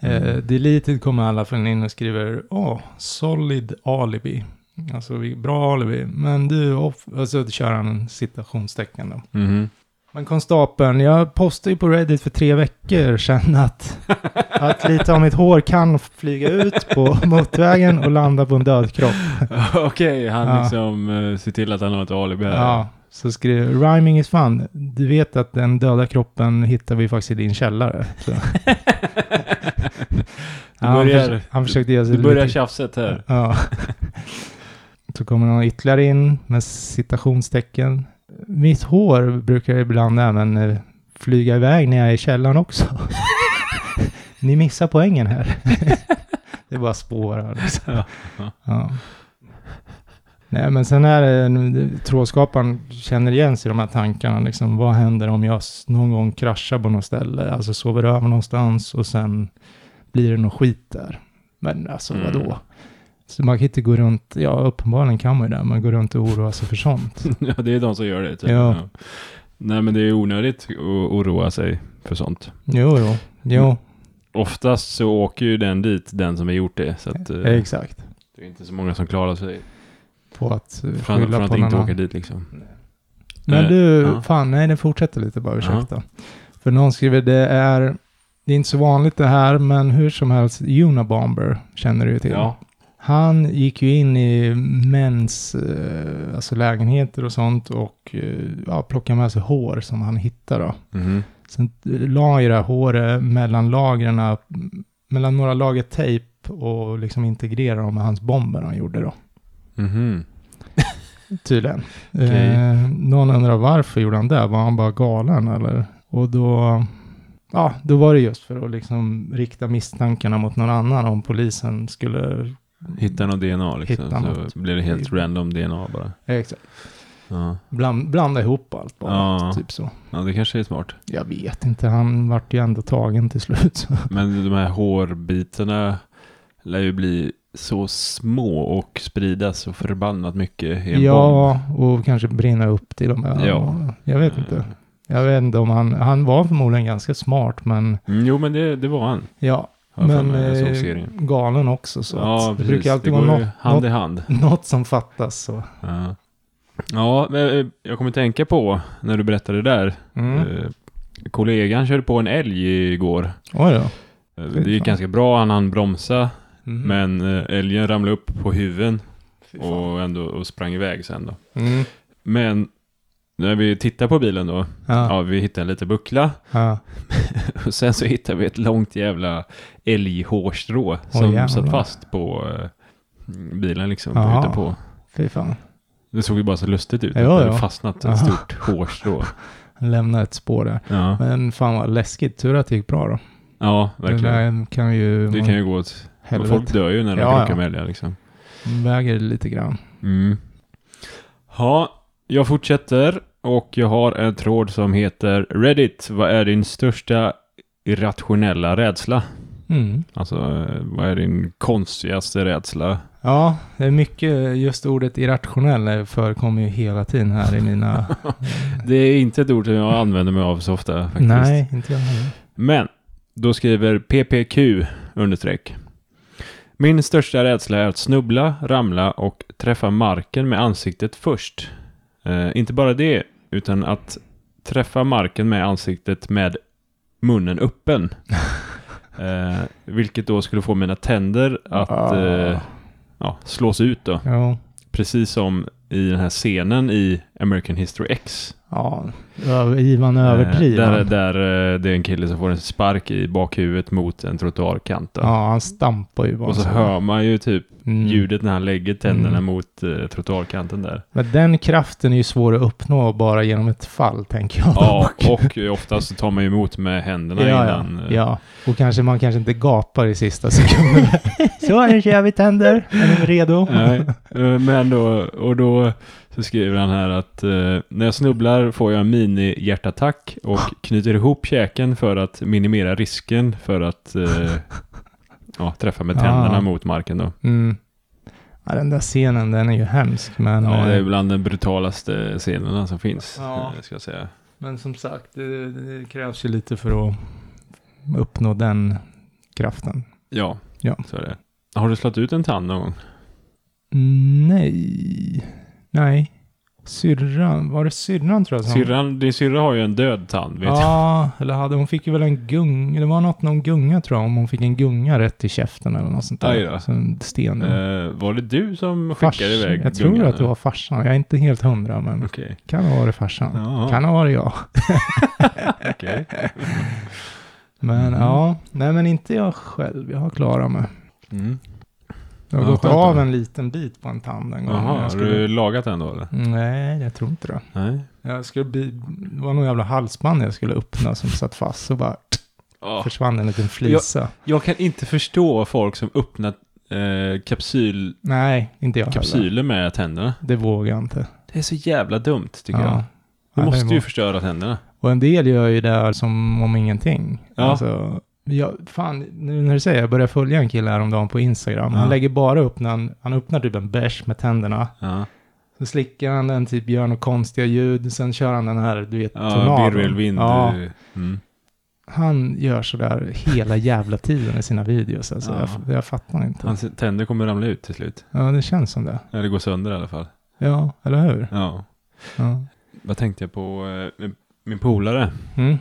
[SPEAKER 1] Eh, deleted kommer alla från in och skriver Åh, solid alibi. Alltså vi- bra alibi. Men du, off-" och så kör han citationstecken då.
[SPEAKER 2] Mhm.
[SPEAKER 1] Men konstapeln, jag postade ju på Reddit för tre veckor sedan att, att lite av mitt hår kan flyga ut på motvägen och landa på en död kropp.
[SPEAKER 2] Okej, han
[SPEAKER 1] Ja.
[SPEAKER 2] liksom eh, ser till att han har ett alibi här.
[SPEAKER 1] Ja, så skrev rhyming is fun. Du vet att den döda kroppen hittar vi faktiskt i din källare. Så. Ja, han,
[SPEAKER 2] börjar-
[SPEAKER 1] förs- han försökte göra sig
[SPEAKER 2] Du börjar
[SPEAKER 1] lite...
[SPEAKER 2] tjafset här.
[SPEAKER 1] Ja. Så kommer någon ytterligare in med citationstecken. Mitt hår brukar ibland även eh, flyga iväg när jag är i källaren också. Ni missar poängen här. det är bara spårar. Liksom.
[SPEAKER 2] Ja,
[SPEAKER 1] Ja. Nej, men sen är det, trådskaparen känner igen sig i de här tankarna. Liksom, vad händer om jag s- någon gång kraschar på något ställe, alltså sover över någonstans och sen blir det något skit där. Men alltså
[SPEAKER 2] Mm.
[SPEAKER 1] vadå? Så man kan inte gå runt, ja uppenbarligen kan man ju det, men gå runt och oroa sig för sånt.
[SPEAKER 2] ja, det är de som gör det. Typ.
[SPEAKER 1] Ja.
[SPEAKER 2] Nej, men det är onödigt att oroa sig för sånt.
[SPEAKER 1] Jo, jo, jo,
[SPEAKER 2] Oftast så åker ju den dit, den som har gjort det. Så att, eh,
[SPEAKER 1] exakt.
[SPEAKER 2] det är inte så många som klarar sig
[SPEAKER 1] På att eh,
[SPEAKER 2] från, från
[SPEAKER 1] skylla
[SPEAKER 2] att
[SPEAKER 1] på någon
[SPEAKER 2] inte
[SPEAKER 1] annan.
[SPEAKER 2] åka dit liksom.
[SPEAKER 1] Men
[SPEAKER 2] Eh,
[SPEAKER 1] du,
[SPEAKER 2] ja.
[SPEAKER 1] fan, nej det fortsätter lite bara, ursäkta. För någon skriver, det är, det är inte så vanligt det här, men hur som helst, Unabomber känner du ju till.
[SPEAKER 2] Ja.
[SPEAKER 1] Han gick ju in i mäns eh, alltså lägenheter och sånt och eh, ja, plockade med sig hår som han hittade. Då.
[SPEAKER 2] Mhm.
[SPEAKER 1] Sen la han ju det här håret mellan lagren, mm, mellan några lager tejp och liksom integrerade dem med hans bomber han gjorde då.
[SPEAKER 2] Mhm.
[SPEAKER 1] Tydligen.
[SPEAKER 2] Okej.
[SPEAKER 1] Eh, någon undrar varför gjorde han det? Var han bara galen eller? Och då, ja, då var det just för att liksom rikta misstankarna mot någon annan om polisen skulle...
[SPEAKER 2] Hittar något DNA liksom.
[SPEAKER 1] Hittar något.
[SPEAKER 2] Så blir det helt random DNA bara.
[SPEAKER 1] Exakt.
[SPEAKER 2] Ja,
[SPEAKER 1] Bland, blanda ihop allt bara.
[SPEAKER 2] Ja.
[SPEAKER 1] Typ så.
[SPEAKER 2] ja det kanske är smart.
[SPEAKER 1] Jag vet inte, han vart ju ändå tagen till slut. så.
[SPEAKER 2] Men de här hårbitarna lär ju bli så små och spridas så förbannat mycket i en bomb.
[SPEAKER 1] ja, och kanske brinna upp till de här.
[SPEAKER 2] Ja.
[SPEAKER 1] Jag vet inte. Jag vet inte om han, han var förmodligen ganska smart, men
[SPEAKER 2] Mm, jo, men det, det var han.
[SPEAKER 1] ja,
[SPEAKER 2] har jag för
[SPEAKER 1] men
[SPEAKER 2] mig. Jag såg
[SPEAKER 1] eh,
[SPEAKER 2] serien.
[SPEAKER 1] galen också. Så
[SPEAKER 2] Ja,
[SPEAKER 1] att det
[SPEAKER 2] precis.
[SPEAKER 1] brukar alltid
[SPEAKER 2] det
[SPEAKER 1] vara
[SPEAKER 2] går
[SPEAKER 1] något,
[SPEAKER 2] ju hand
[SPEAKER 1] något,
[SPEAKER 2] i hand.
[SPEAKER 1] något som fattas. Så.
[SPEAKER 2] Ja. ja, men eh, jag kommer tänka på när du berättade det där.
[SPEAKER 1] Mm.
[SPEAKER 2] Eh, kollegan körde på en älg igår.
[SPEAKER 1] Oj då.
[SPEAKER 2] Eh,
[SPEAKER 1] Fy
[SPEAKER 2] Det gick
[SPEAKER 1] fan.
[SPEAKER 2] ganska bra, han hann bromsa,
[SPEAKER 1] Mm.
[SPEAKER 2] men eh, älgen ramlade upp på huven
[SPEAKER 1] Fy fan.
[SPEAKER 2] och, ändå, och sprang iväg sen då.
[SPEAKER 1] Mm.
[SPEAKER 2] Men när vi tittar på bilen då,
[SPEAKER 1] Ja,
[SPEAKER 2] ja vi hittar en liten buckla
[SPEAKER 1] ja.
[SPEAKER 2] och sen så hittar vi ett långt jävla älghårstrå som
[SPEAKER 1] jävlar.
[SPEAKER 2] satt fast på eh, bilen liksom,
[SPEAKER 1] Jaha.
[SPEAKER 2] på på.
[SPEAKER 1] Fy fan.
[SPEAKER 2] Det såg ju bara så lustigt ut,
[SPEAKER 1] Ja,
[SPEAKER 2] att det
[SPEAKER 1] ja.
[SPEAKER 2] hade fastnat ett
[SPEAKER 1] Jaha.
[SPEAKER 2] stort hårstrå.
[SPEAKER 1] Han lämnade ett spår där.
[SPEAKER 2] Ja,
[SPEAKER 1] Men fan vad läskigt. Tur att det gick bra då.
[SPEAKER 2] ja
[SPEAKER 1] Den
[SPEAKER 2] verkligen.
[SPEAKER 1] där kan ju...
[SPEAKER 2] Det kan ju gå åt... och
[SPEAKER 1] Helvete.
[SPEAKER 2] Folk dör ju när de
[SPEAKER 1] Ja,
[SPEAKER 2] krockar
[SPEAKER 1] ja.
[SPEAKER 2] med älgar liksom.
[SPEAKER 1] väger lite grann.
[SPEAKER 2] Mm. Ja, jag fortsätter och jag har en tråd som heter Reddit. Vad är din största irrationella rädsla?
[SPEAKER 1] Mm.
[SPEAKER 2] Alltså, eh, vad är din konstigaste rädsla?
[SPEAKER 1] Ja, det är mycket, just ordet irrationell förekommer ju hela tiden här i mina...
[SPEAKER 2] Det är inte ett ord som jag använder mig av så ofta faktiskt.
[SPEAKER 1] Nej, inte jag heller.
[SPEAKER 2] Men, då skriver PPQ understreck. Min största rädsla är att snubbla, ramla och träffa marken med ansiktet först. Eh, inte bara det, utan att träffa marken med ansiktet med munnen öppen. eh, vilket då skulle få mina tänder att eh, ja, slås ut då.
[SPEAKER 1] Jo.
[SPEAKER 2] Precis som i den här scenen i American History X.
[SPEAKER 1] Ja, över- Ivan
[SPEAKER 2] Eh,
[SPEAKER 1] överdriven.
[SPEAKER 2] Där, där eh, det är en kille som får en spark i bakhuvudet mot en trottoarkant. då.
[SPEAKER 1] ja, han stampar ju bara.
[SPEAKER 2] och så hör man ju typ
[SPEAKER 1] Mm.
[SPEAKER 2] ljudet när han lägger tänderna
[SPEAKER 1] Mm.
[SPEAKER 2] mot eh, trottoarkanten där.
[SPEAKER 1] Men den kraften är ju svår att uppnå bara genom ett fall, tänker jag.
[SPEAKER 2] Ja, och eh, oftast så tar man ju emot med händerna
[SPEAKER 1] ja,
[SPEAKER 2] innan.
[SPEAKER 1] ja.
[SPEAKER 2] eh,
[SPEAKER 1] ja, och kanske man kanske inte gapar i sista sekunden. så, nu kör vi tänder. Är ni redo?
[SPEAKER 2] Nej, eh, men då, och då så skriver han här att eh, när jag snubblar får jag en mini-hjärtattack och knyter ihop käken för att minimera risken för att eh, ja, träffa med tänderna
[SPEAKER 1] Ah.
[SPEAKER 2] mot marken då.
[SPEAKER 1] Mm. Ja, den där scenen, den är ju hemsk, men...
[SPEAKER 2] Ja, det är
[SPEAKER 1] eh,
[SPEAKER 2] bland den brutalaste scenerna som finns,
[SPEAKER 1] Ja.
[SPEAKER 2] eh, ska jag säga.
[SPEAKER 1] Men som sagt, det, det krävs ju lite för att uppnå den kraften.
[SPEAKER 2] Ja,
[SPEAKER 1] Ja.
[SPEAKER 2] så är det. Har du slagit ut en tand någon gång?
[SPEAKER 1] Nej. Nej. Syrran, var det syrran tror jag som...
[SPEAKER 2] Syrran, din syrra har ju en död tand, vet jag.
[SPEAKER 1] Ja, eller hade, hon fick ju väl en gunga, det var något någon gunga tror jag, om hon fick en gunga rätt i käften eller något sånt
[SPEAKER 2] Aj
[SPEAKER 1] där.
[SPEAKER 2] då.
[SPEAKER 1] Så en sten.
[SPEAKER 2] Eh, var det du som
[SPEAKER 1] Fars-
[SPEAKER 2] skickade iväg
[SPEAKER 1] jag tror
[SPEAKER 2] gungan?
[SPEAKER 1] att det var farsan, jag är inte helt hundra men
[SPEAKER 2] Okej.
[SPEAKER 1] kan ha varit farsan.
[SPEAKER 2] Ja,
[SPEAKER 1] Kan ha varit jag.
[SPEAKER 2] okej.
[SPEAKER 1] Men
[SPEAKER 2] Mm.
[SPEAKER 1] ja, nej men inte jag själv, jag har klarat mig.
[SPEAKER 2] Mm.
[SPEAKER 1] Jag har
[SPEAKER 2] Ja,
[SPEAKER 1] gått
[SPEAKER 2] skönt
[SPEAKER 1] av
[SPEAKER 2] då.
[SPEAKER 1] en liten bit på en tand en gång.
[SPEAKER 2] Jaha,
[SPEAKER 1] Jag
[SPEAKER 2] har
[SPEAKER 1] skulle-
[SPEAKER 2] du lagat den då eller?
[SPEAKER 1] Nej, jag tror inte det.
[SPEAKER 2] Nej.
[SPEAKER 1] Jag skulle bli... Det var någon jävla halsband jag skulle öppna som satt fast och bara
[SPEAKER 2] Ja.
[SPEAKER 1] försvann en liten flisa.
[SPEAKER 2] Jag kan inte förstå folk som öppnar eh, kapsyl,
[SPEAKER 1] Nej, inte jag heller.
[SPEAKER 2] kapsyler med tänderna.
[SPEAKER 1] Det vågar jag inte.
[SPEAKER 2] Det är så jävla dumt tycker
[SPEAKER 1] Ja.
[SPEAKER 2] jag. Du
[SPEAKER 1] Ja, det
[SPEAKER 2] måste
[SPEAKER 1] må-
[SPEAKER 2] ju förstöra tänderna.
[SPEAKER 1] Och en del gör ju det här som om ingenting.
[SPEAKER 2] Ja.
[SPEAKER 1] Alltså, jag, fan, nu när du säger jag började följa en kille häromdagen på Instagram.
[SPEAKER 2] Ja.
[SPEAKER 1] Han lägger bara upp när han, han öppnar typ en bärs med tänderna.
[SPEAKER 2] Ja,
[SPEAKER 1] Så slickar han den, typ gör några konstiga ljud. Sen kör han den här, du vet,
[SPEAKER 2] ja
[SPEAKER 1] tornadon.
[SPEAKER 2] virvelvind.
[SPEAKER 1] Ja,
[SPEAKER 2] eh, Mm.
[SPEAKER 1] han gör sådär hela jävla tiden i sina videos. Alltså,
[SPEAKER 2] Ja.
[SPEAKER 1] jag, jag fattar inte.
[SPEAKER 2] Hans tänder kommer ramla ut till slut.
[SPEAKER 1] Ja, det känns som det.
[SPEAKER 2] Eller gå sönder i alla fall.
[SPEAKER 1] Ja, eller hur?
[SPEAKER 2] Ja.
[SPEAKER 1] Ja.
[SPEAKER 2] Vad tänkte jag på? eh, min- Min polare,
[SPEAKER 1] Mm.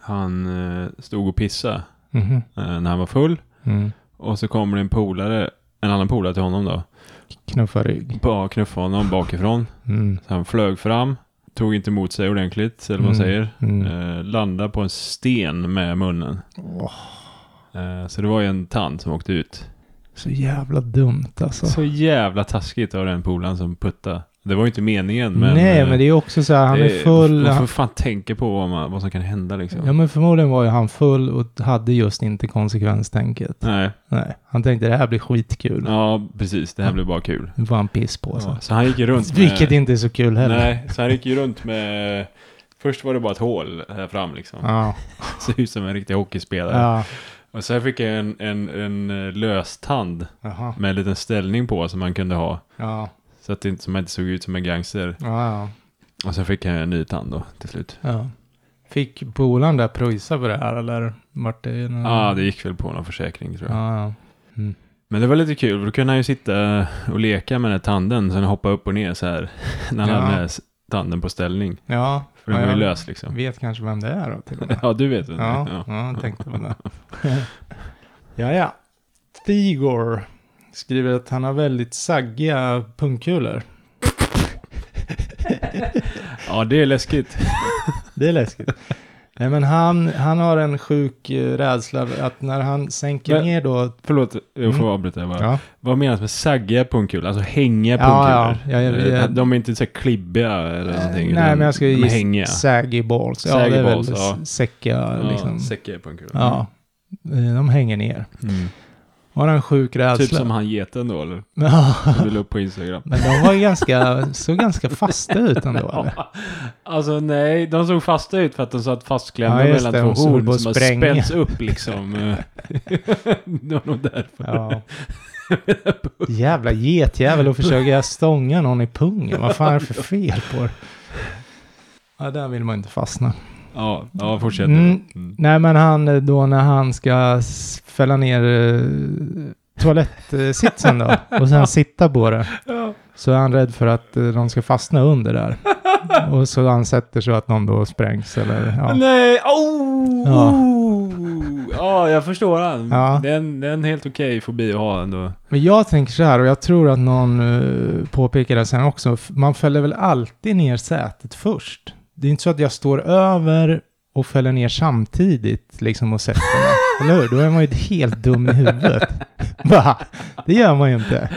[SPEAKER 2] han eh, stod och pissade
[SPEAKER 1] Mhm.
[SPEAKER 2] eh, när han var full.
[SPEAKER 1] Mm.
[SPEAKER 2] Och så kommer det en polare, en annan polare till honom då.
[SPEAKER 1] Knuffa rygg.
[SPEAKER 2] Bara knuffade honom bakifrån.
[SPEAKER 1] Mm.
[SPEAKER 2] Så han flög fram, tog inte emot sig ordentligt, eller vad man
[SPEAKER 1] Mm.
[SPEAKER 2] säger.
[SPEAKER 1] Mm.
[SPEAKER 2] Eh, landade på en sten med munnen.
[SPEAKER 1] Åh,
[SPEAKER 2] Eh, så det var ju en tand som åkte ut.
[SPEAKER 1] så jävla dumt alltså.
[SPEAKER 2] Så jävla taskigt av den polaren som putta. Det var ju inte meningen men... eh,
[SPEAKER 1] Nej, men det är också så här, han är full.
[SPEAKER 2] Man får
[SPEAKER 1] Han,
[SPEAKER 2] fan tänka på vad, man, vad som kan hända liksom.
[SPEAKER 1] ja, men förmodligen var ju han full och hade just inte konsekvenstänket.
[SPEAKER 2] Nej,
[SPEAKER 1] Nej, han tänkte det här blir skitkul.
[SPEAKER 2] ja precis. Det här blev bara kul.
[SPEAKER 1] Nu får han piss Typ. på sig.
[SPEAKER 2] Ja, så han gick ju runt med...
[SPEAKER 1] Vilket inte är så kul heller.
[SPEAKER 2] Nej, så han gick ju runt med... Först var det bara ett hål här fram liksom.
[SPEAKER 1] Ja,
[SPEAKER 2] Såg ut som en riktig hockeyspelare.
[SPEAKER 1] ja.
[SPEAKER 2] Och sen fick jag en, en, en eh, lös tand
[SPEAKER 1] Jaha.
[SPEAKER 2] med en liten ställning på som man kunde ha.
[SPEAKER 1] Ja,
[SPEAKER 2] Så att det inte, som inte såg ut som en gangster.
[SPEAKER 1] ja, ja.
[SPEAKER 2] Och sen fick jag en ny tand då till slut.
[SPEAKER 1] ja. Fick polaren där pröjsa på det här eller vart det? någon-
[SPEAKER 2] Ja, ah, det gick väl på någon försäkring tror jag.
[SPEAKER 1] Mm. Ja, ja. Mm.
[SPEAKER 2] Men det var lite kul, för då kunde han ju sitta och leka med den här tanden, sen hoppa upp och ner så här. När han
[SPEAKER 1] Ja.
[SPEAKER 2] hade den här s- tanden på ställning.
[SPEAKER 1] Ja,
[SPEAKER 2] För den
[SPEAKER 1] ja,
[SPEAKER 2] var ju
[SPEAKER 1] jag
[SPEAKER 2] lös liksom.
[SPEAKER 1] vet kanske vem det är då till och med.
[SPEAKER 2] Ja, du vet vem det är.
[SPEAKER 1] typ. Ja, ja, jag tänkte på det. ja, ja. Thigor skriver att han har väldigt saggiga pungkulor.
[SPEAKER 2] ja, det är läskigt.
[SPEAKER 1] Det är läskigt. Nej, men han, han har en sjuk eh, rädsla att när han sänker
[SPEAKER 2] Men-
[SPEAKER 1] ner då...
[SPEAKER 2] Förlåt, jag får
[SPEAKER 1] Mm.
[SPEAKER 2] avbryta bara.
[SPEAKER 1] Ja,
[SPEAKER 2] Vad menas med saggiga pungkulor? Alltså hängiga
[SPEAKER 1] Ja,
[SPEAKER 2] pungkulor? Eh,
[SPEAKER 1] ja, jag- jag- Eh,
[SPEAKER 2] De är inte så här klibbiga eller någonting?
[SPEAKER 1] nej,
[SPEAKER 2] utan
[SPEAKER 1] men jag skulle
[SPEAKER 2] de är
[SPEAKER 1] gissa
[SPEAKER 2] hängiga.
[SPEAKER 1] saggy balls. Ja,
[SPEAKER 2] Saggy
[SPEAKER 1] det är väl
[SPEAKER 2] balls, ja.
[SPEAKER 1] s- säcka
[SPEAKER 2] Ja,
[SPEAKER 1] liksom.
[SPEAKER 2] säckiga pungkulor.
[SPEAKER 1] Ja, eh, de hänger ner.
[SPEAKER 2] Mm.
[SPEAKER 1] Har han en sjuk rädsla?
[SPEAKER 2] Typ som han geten då, eller?
[SPEAKER 1] Ja,
[SPEAKER 2] Som du la upp på Instagram.
[SPEAKER 1] men de var ju ganska, såg ganska fasta ut ändå. eller?
[SPEAKER 2] Ja. Alltså nej, de såg fasta ut för att de satt fastklämda
[SPEAKER 1] Ja, just
[SPEAKER 2] mellan
[SPEAKER 1] det, de
[SPEAKER 2] två
[SPEAKER 1] såg på
[SPEAKER 2] horn som har
[SPEAKER 1] spränga.
[SPEAKER 2] spänts upp liksom. det var nog därför.
[SPEAKER 1] Ja. Jävla getjävel och försöka stånga någon i pungen. Vad fan är det för fel på det? Ja, där vill man inte fastna.
[SPEAKER 2] Ja, ja fortsätt
[SPEAKER 1] Mm.
[SPEAKER 2] nu. Mm.
[SPEAKER 1] Nej, men han eh, då när han ska s- fälla ner eh, toalettsitsen då och sen sitta på det
[SPEAKER 2] Ja.
[SPEAKER 1] så är han rädd för att eh, de ska fastna under där. Och så han sätter så att någon då sprängs eller ja.
[SPEAKER 2] Nej, oh,
[SPEAKER 1] Ja.
[SPEAKER 2] oh. ja, jag förstår han.
[SPEAKER 1] Ja.
[SPEAKER 2] Det, är en, det är en helt okej fobi att ha ändå.
[SPEAKER 1] Men jag tänker så här och jag tror att någon eh, påpekade det sen också. f- Man fäller väl alltid ner sätet först. Det är inte så att jag står över och fäller ner samtidigt liksom och sätter mig. Eller hur? Då är man ju helt dum i huvudet. Va? Det gör man ju inte.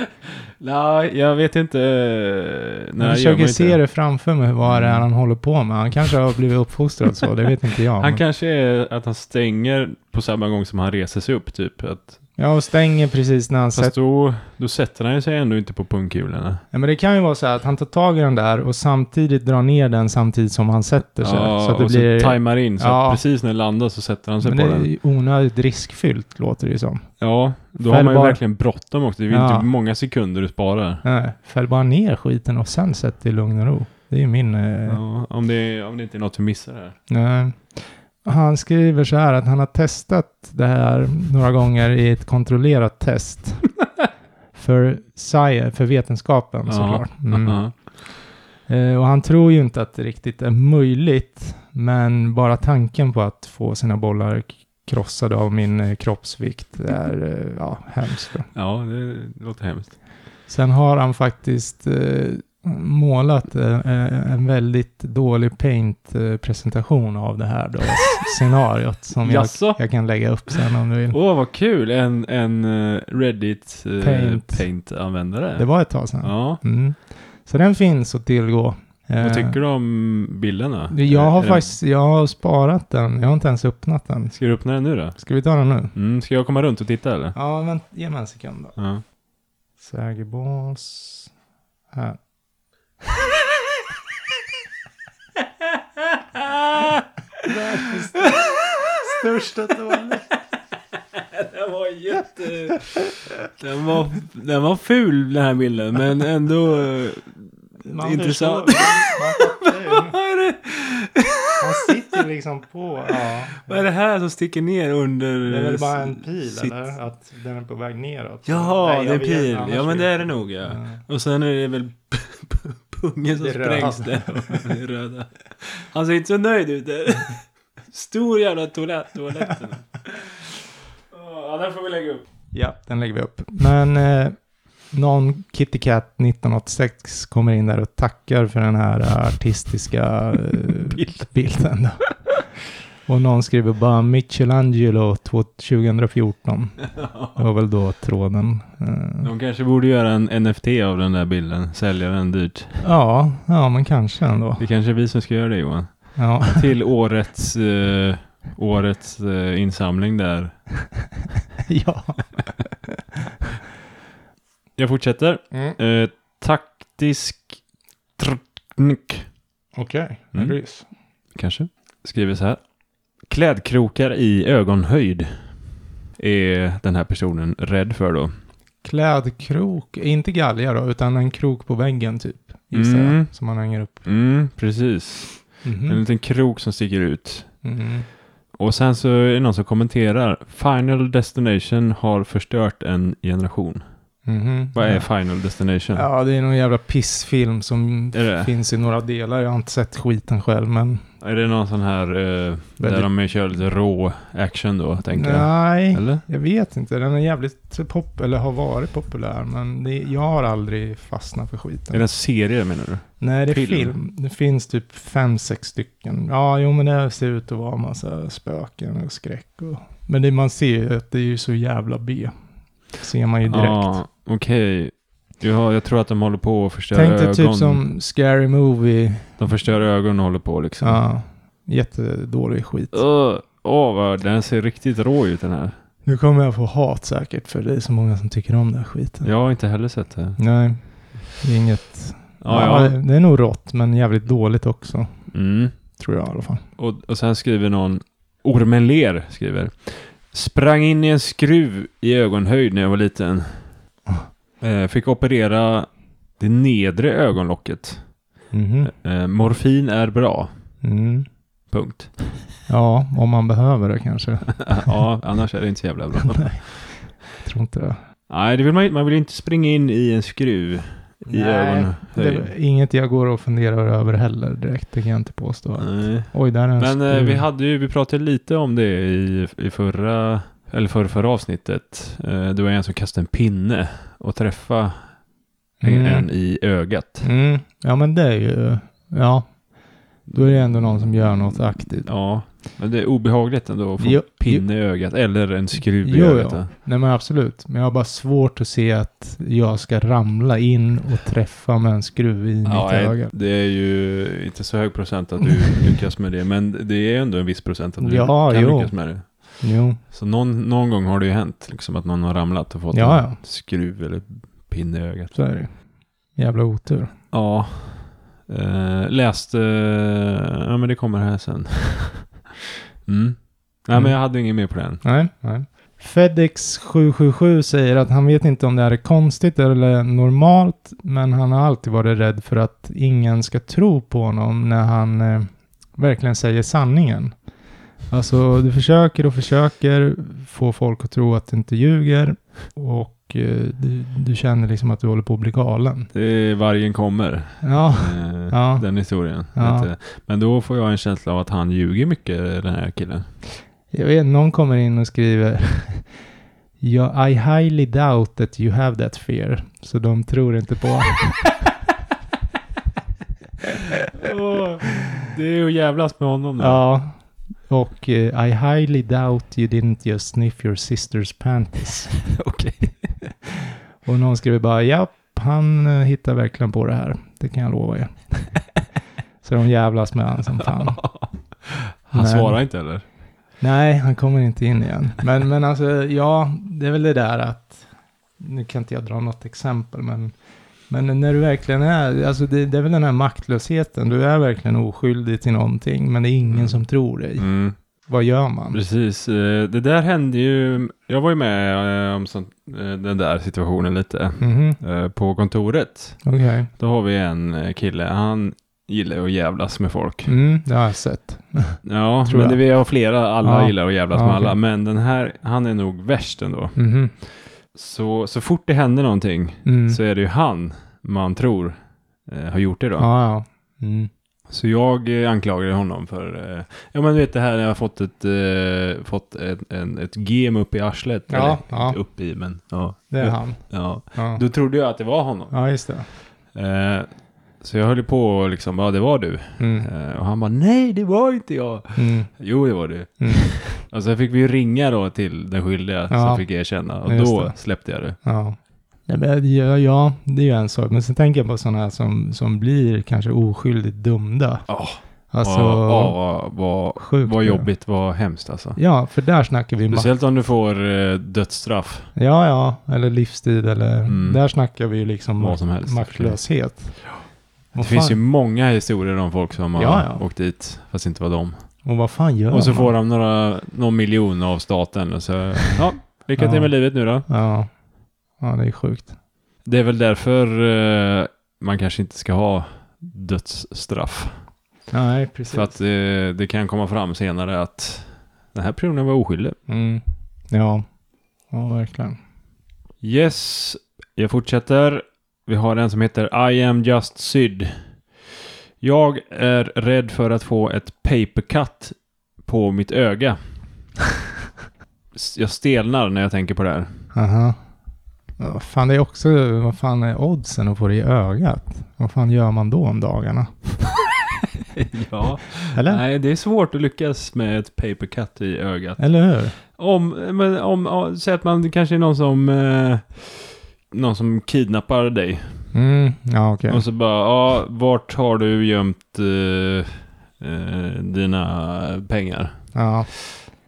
[SPEAKER 2] Nej, jag vet inte. Nej,
[SPEAKER 1] jag
[SPEAKER 2] gör man
[SPEAKER 1] försöker
[SPEAKER 2] inte.
[SPEAKER 1] se det framför mig, vad det är han håller på med. Han kanske har blivit uppfostrad så, det vet inte jag.
[SPEAKER 2] Han
[SPEAKER 1] Men-
[SPEAKER 2] kanske är att han stänger på samma gång som han reser sig upp typ. Att,
[SPEAKER 1] Ja, och stänger precis när han
[SPEAKER 2] fast
[SPEAKER 1] sätter...
[SPEAKER 2] då, då sätter han ju sig ändå inte på pungkulorna.
[SPEAKER 1] Ja, men det kan ju vara så här att han tar tag i den där och samtidigt drar ner den samtidigt som han sätter sig.
[SPEAKER 2] Ja,
[SPEAKER 1] så att det
[SPEAKER 2] och
[SPEAKER 1] blir...
[SPEAKER 2] så tajmar in. Så
[SPEAKER 1] Ja.
[SPEAKER 2] att precis när det landar så sätter han sig
[SPEAKER 1] Men
[SPEAKER 2] på
[SPEAKER 1] det är
[SPEAKER 2] den.
[SPEAKER 1] ju onödigt riskfyllt, låter det ju som.
[SPEAKER 2] Ja, då har man ju
[SPEAKER 1] Fällbar.
[SPEAKER 2] verkligen bråttom också. Det är ju
[SPEAKER 1] Ja.
[SPEAKER 2] inte många sekunder du sparar.
[SPEAKER 1] Nej, fäll bara ner skiten och sen sätt det i lugn och ro. Det är ju min... Eh,
[SPEAKER 2] Ja, om, det är, om det inte är något vi missar här.
[SPEAKER 1] nej. Han skriver så här att han har testat det här några gånger i ett kontrollerat test. för sci- för vetenskapen
[SPEAKER 2] Ja.
[SPEAKER 1] såklart. Mm.
[SPEAKER 2] Ja.
[SPEAKER 1] Eh, och han tror ju inte att det riktigt är möjligt. Men bara tanken på att få sina bollar k- krossade av min eh, kroppsvikt är eh, ja, hemskt. Då.
[SPEAKER 2] ja, det låter hemskt.
[SPEAKER 1] Sen har han faktiskt eh, målat eh, eh, en väldigt dålig paint-presentation av det här då, s- scenariot som jag,
[SPEAKER 2] Jaså?
[SPEAKER 1] jag kan lägga upp sen om du vill.
[SPEAKER 2] Åh, vad kul! En, en eh, Reddit eh,
[SPEAKER 1] Paint.
[SPEAKER 2] Paint-användare.
[SPEAKER 1] Det var ett tag sedan.
[SPEAKER 2] Ja,
[SPEAKER 1] Mm. Så den finns att tillgå. Eh,
[SPEAKER 2] Vad
[SPEAKER 1] Eh,
[SPEAKER 2] tycker du om bilden då?
[SPEAKER 1] Jag har
[SPEAKER 2] Är den-
[SPEAKER 1] faktiskt jag har sparat den. Jag har inte ens öppnat den.
[SPEAKER 2] Ska du öppna den nu då?
[SPEAKER 1] Ska vi ta den nu?
[SPEAKER 2] Mm, ska jag komma runt och titta eller?
[SPEAKER 1] Ja, vänta. Ge mig en sekund då.
[SPEAKER 2] Ja.
[SPEAKER 1] Sägerbås. Här. Största toalett.
[SPEAKER 2] Den var jätte... Den var, den var ful den här bilden, men ändå... Intressant. Vad är, det,
[SPEAKER 1] Han sitter liksom på. Ja.
[SPEAKER 2] vad är det här som sticker ner under...
[SPEAKER 1] Det är väl bara en pil
[SPEAKER 2] sitt-
[SPEAKER 1] eller? Att den är på väg neråt.
[SPEAKER 2] Jaha,
[SPEAKER 1] Nej,
[SPEAKER 2] det är
[SPEAKER 1] jag
[SPEAKER 2] en
[SPEAKER 1] vet,
[SPEAKER 2] pil.
[SPEAKER 1] annars
[SPEAKER 2] Ja, men det
[SPEAKER 1] vet
[SPEAKER 2] är det
[SPEAKER 1] jag.
[SPEAKER 2] nog ja.
[SPEAKER 1] Ja.
[SPEAKER 2] Och sen är det väl p- p- pungen som
[SPEAKER 1] Det röda.
[SPEAKER 2] sprängs där. Det är röda. Han ser inte så nöjd ut. där. Stor jävla toalett, toaletten. Ja, den får vi lägga upp.
[SPEAKER 1] Ja, den lägger vi upp. Men eh, någon Kitty Cat 1986 kommer in där och tackar för den här eh, artistiska eh, bilden. Då. Och någon skriver bara Michelangelo 2014. Det var väl då tråden. Eh,
[SPEAKER 2] De kanske borde göra en NFT av den där bilden. Sälja den dyrt.
[SPEAKER 1] ja, ja, men kanske ändå.
[SPEAKER 2] Det kanske är vi som ska göra det Johan.
[SPEAKER 1] Ja,
[SPEAKER 2] Till årets, eh, årets eh, insamling där.
[SPEAKER 1] ja.
[SPEAKER 2] Jag fortsätter.
[SPEAKER 1] Mm.
[SPEAKER 2] Eh, taktisk... Trknk.
[SPEAKER 1] Okej,
[SPEAKER 2] Mm.
[SPEAKER 1] Rys.
[SPEAKER 2] kanske. Skriver så här. Klädkrokar i ögonhöjd är den här personen rädd för då.
[SPEAKER 1] Klädkrok, inte galja då, utan en krok på väggen typ. Gissar jag,
[SPEAKER 2] Mm.
[SPEAKER 1] Som man hänger upp.
[SPEAKER 2] Mm, precis. En
[SPEAKER 1] Mhm.
[SPEAKER 2] liten krok som sticker ut.
[SPEAKER 1] Mhm.
[SPEAKER 2] Och sen så är det någon som kommenterar. Final Destination har förstört en generation.
[SPEAKER 1] Mhm.
[SPEAKER 2] Vad
[SPEAKER 1] Ja.
[SPEAKER 2] är Final Destination?
[SPEAKER 1] Ja, det är någon jävla pissfilm som
[SPEAKER 2] Är det?
[SPEAKER 1] finns i några delar. Jag har inte sett skiten själv, men...
[SPEAKER 2] Är det någon sån här eh, där
[SPEAKER 1] Väldigt-
[SPEAKER 2] de kör lite rå action då, tänker jag?
[SPEAKER 1] Nej,
[SPEAKER 2] Eller?
[SPEAKER 1] jag vet inte. Den är jävligt pop, eller har varit populär, men det, jag har aldrig fastnat för skiten.
[SPEAKER 2] Är det en serie menar du?
[SPEAKER 1] Nej, det är
[SPEAKER 2] film?
[SPEAKER 1] film. Det finns typ fem, sex stycken. Ja, jo, men det ser ut att vara en massa spöken och skräck och... Men det man ser ju att det är ju så jävla B. Ser man ju direkt.
[SPEAKER 2] Ja, okej. Ja, jag tror att de håller på att förstöra
[SPEAKER 1] Tänk dig
[SPEAKER 2] ögon. Liksom.
[SPEAKER 1] typ som Scary Movie.
[SPEAKER 2] De förstör ögon och håller på liksom.
[SPEAKER 1] Ja, jättedålig skit.
[SPEAKER 2] Åh, åh, vad, den ser riktigt rå ut den här.
[SPEAKER 1] Nu kommer jag få hat säkert för det är så många som tycker om den här skiten.
[SPEAKER 2] Jag har inte heller sett det.
[SPEAKER 1] Nej, det är inget.
[SPEAKER 2] Ja, ja.
[SPEAKER 1] Det är nog rått men jävligt dåligt också.
[SPEAKER 2] Mm.
[SPEAKER 1] Tror jag i alla fall.
[SPEAKER 2] Och, och sen skriver någon, Ormen Ler skriver. Sprang in i en skruv i ögonhöjd när jag var liten.
[SPEAKER 1] Ah.
[SPEAKER 2] Eh, fick operera det nedre ögonlocket.
[SPEAKER 1] Mhm.
[SPEAKER 2] Eh, morfin är bra.
[SPEAKER 1] Mm.
[SPEAKER 2] Punkt.
[SPEAKER 1] Ja, om man behöver det kanske.
[SPEAKER 2] ja, annars är det inte så jävla bra.
[SPEAKER 1] Nej, jag tror inte det.
[SPEAKER 2] Nej, det vill man, ju- man vill ju inte springa in i en skruv i
[SPEAKER 1] Nej, Det
[SPEAKER 2] ögonhöjd.
[SPEAKER 1] är inget jag går och funderar över heller direkt. Det kan jag inte påstå.
[SPEAKER 2] Nej.
[SPEAKER 1] Oj, där är en
[SPEAKER 2] Men eh,
[SPEAKER 1] skruv.
[SPEAKER 2] vi, hade ju, vi pratade lite om det i, i förra, eller förra, förra avsnittet. Eh, det var en som kastade en pinne och träffade en
[SPEAKER 1] mm.
[SPEAKER 2] i ögat.
[SPEAKER 1] Mm. Ja, men det är ju... Ja, då är det ändå någon som gör något aktivt.
[SPEAKER 2] Ja, men det är obehagligt ändå att få
[SPEAKER 1] Jo,
[SPEAKER 2] en pinne i ögat eller en skruv i
[SPEAKER 1] Jo, jo.
[SPEAKER 2] ögat.
[SPEAKER 1] Nej men absolut. Men jag har bara svårt att se att jag ska ramla in och träffa med en skruv i
[SPEAKER 2] Ja,
[SPEAKER 1] mitt öga.
[SPEAKER 2] det är ju inte så hög procent att du lyckas med det, men det är ändå en viss procent att du
[SPEAKER 1] Ja,
[SPEAKER 2] kan
[SPEAKER 1] jo.
[SPEAKER 2] lyckas med det.
[SPEAKER 1] Jo.
[SPEAKER 2] Så någon, någon gång har det ju hänt liksom, att någon har ramlat och fått
[SPEAKER 1] Ja,
[SPEAKER 2] en
[SPEAKER 1] ja.
[SPEAKER 2] skruv eller pinne i ögat.
[SPEAKER 1] Så är det. Jävla otur.
[SPEAKER 2] Ja. Eh, läste... ja, men det kommer här sen. mm. Nej,
[SPEAKER 1] Mm.
[SPEAKER 2] men jag hade inget mer på den.
[SPEAKER 1] Nej, nej. Fedex 777 säger att han vet inte om det här är konstigt eller normalt, men han har alltid varit rädd för att ingen ska tro på honom när han eh, verkligen säger sanningen. Alltså, du försöker och försöker få folk att tro att du inte ljuger och eh, du, du känner liksom att du håller på att bli galen.
[SPEAKER 2] Det är Vargen kommer.
[SPEAKER 1] Ja,
[SPEAKER 2] Eh,
[SPEAKER 1] Ja.
[SPEAKER 2] Den historien.
[SPEAKER 1] Ja.
[SPEAKER 2] Inte. Men då får jag en känsla av att han ljuger mycket, den här killen.
[SPEAKER 1] jag vet, någon kommer in och skriver Ja, I highly doubt that you have that fear. Så de tror inte på...
[SPEAKER 2] det är ju att jävlas med honom då.
[SPEAKER 1] Ja. Och eh, I highly doubt you didn't just sniff your sister's panties.
[SPEAKER 2] Okej.
[SPEAKER 1] Och någon skriver bara, japp, han eh, hittar verkligen på det här. Det kan jag lova er. Så de jävlas med han som fan.
[SPEAKER 2] Han
[SPEAKER 1] Men-
[SPEAKER 2] svarar inte heller.
[SPEAKER 1] Nej, han kommer inte in igen. Men, men alltså, ja, det är väl det där att, nu kan inte jag dra något exempel, men, men när du verkligen är, alltså det, det är väl den här maktlösheten, du är verkligen oskyldig till någonting, men det är ingen
[SPEAKER 2] Mm.
[SPEAKER 1] som tror dig.
[SPEAKER 2] Mm.
[SPEAKER 1] Vad gör man?
[SPEAKER 2] Precis, eh, det där hände ju. Jag var ju med eh, om sånt, eh, den där situationen lite
[SPEAKER 1] Mhm,
[SPEAKER 2] eh, på kontoret.
[SPEAKER 1] okej.
[SPEAKER 2] Då har vi en eh, kille, han gillar ju att jävlas med folk.
[SPEAKER 1] Mm, det har jag sett.
[SPEAKER 2] Ja,
[SPEAKER 1] Tror
[SPEAKER 2] men det,
[SPEAKER 1] jag.
[SPEAKER 2] vi har flera, alla
[SPEAKER 1] Ja.
[SPEAKER 2] gillar att jävlas
[SPEAKER 1] Ja,
[SPEAKER 2] med
[SPEAKER 1] okej.
[SPEAKER 2] alla. Men den här, han är nog värst ändå.
[SPEAKER 1] Mhm,
[SPEAKER 2] Så, så fort det händer någonting
[SPEAKER 1] mm.
[SPEAKER 2] så är det ju han man tror eh, har gjort det då.
[SPEAKER 1] Ja, ja. Mm.
[SPEAKER 2] Så jag eh, anklagade honom för, eh, ja men du vet det här när jag har fått ett, eh, fått ett, en, ett gem upp i arslet.
[SPEAKER 1] Ja,
[SPEAKER 2] eller,
[SPEAKER 1] ja.
[SPEAKER 2] Inte upp i, men ja.
[SPEAKER 1] Det är han.
[SPEAKER 2] ja.
[SPEAKER 1] Ja,
[SPEAKER 2] Då trodde jag att det var honom.
[SPEAKER 1] ja just det.
[SPEAKER 2] Eh, så jag höll ju på och liksom, ja det var du.
[SPEAKER 1] Mm.
[SPEAKER 2] Eh, och han bara, nej det var inte jag.
[SPEAKER 1] Mm.
[SPEAKER 2] Jo det var du.
[SPEAKER 1] Mm.
[SPEAKER 2] Och sen fick vi ju ringa då till den skyldiga
[SPEAKER 1] Ja.
[SPEAKER 2] som fick erkänna. Och
[SPEAKER 1] Ja, just
[SPEAKER 2] då
[SPEAKER 1] det.
[SPEAKER 2] släppte jag det.
[SPEAKER 1] Ja. Nej, men, ja, ja, det är ju en sak. Men sen tänker jag på sådana här som, som blir kanske oskyldigt dömda.
[SPEAKER 2] Ja.
[SPEAKER 1] Alltså,
[SPEAKER 2] ja, ja, vad,
[SPEAKER 1] sjukt.
[SPEAKER 2] vad jobbigt, vad hemskt alltså.
[SPEAKER 1] Ja, för där snackar vi makt.
[SPEAKER 2] Speciellt om du får eh, dödsstraff.
[SPEAKER 1] Ja, ja, eller livstid eller...
[SPEAKER 2] Mm.
[SPEAKER 1] Där snackar vi ju liksom
[SPEAKER 2] Vad
[SPEAKER 1] makt-
[SPEAKER 2] som helst.
[SPEAKER 1] maktlöshet.
[SPEAKER 2] Det finns ju många historier om folk som har
[SPEAKER 1] Ja, ja.
[SPEAKER 2] åkt dit, fast inte var dem.
[SPEAKER 1] Och vad fan gör
[SPEAKER 2] och så
[SPEAKER 1] man?
[SPEAKER 2] får de några, någon miljon av staten och så, ja, lycka till
[SPEAKER 1] Ja.
[SPEAKER 2] med livet nu då.
[SPEAKER 1] Ja. ja, det är sjukt.
[SPEAKER 2] Det är väl därför eh, man kanske inte ska ha dödsstraff.
[SPEAKER 1] Nej, precis.
[SPEAKER 2] För att eh, det kan komma fram senare att den här personen var oskyldig.
[SPEAKER 1] Mm. Ja. ja, verkligen.
[SPEAKER 2] Yes, jag fortsätter. Vi har en som heter I am just syd. Jag är rädd för att få ett paper cut på mitt öga. S- jag stelnar när jag tänker på det här.
[SPEAKER 1] Aha. Ja, Vad fan, det är också, vad fan är oddsen att få det i ögat? Vad fan gör man då om dagarna?
[SPEAKER 2] ja,
[SPEAKER 1] Eller?
[SPEAKER 2] nej det är svårt att lyckas med ett paper cut i ögat.
[SPEAKER 1] Eller hur?
[SPEAKER 2] Om, men om, om säg att man det kanske är någon som eh, någon som kidnappar dig.
[SPEAKER 1] Mm, ja okej.
[SPEAKER 2] Och så bara, ja, vart har du gömt eh, eh, dina pengar?
[SPEAKER 1] Ja,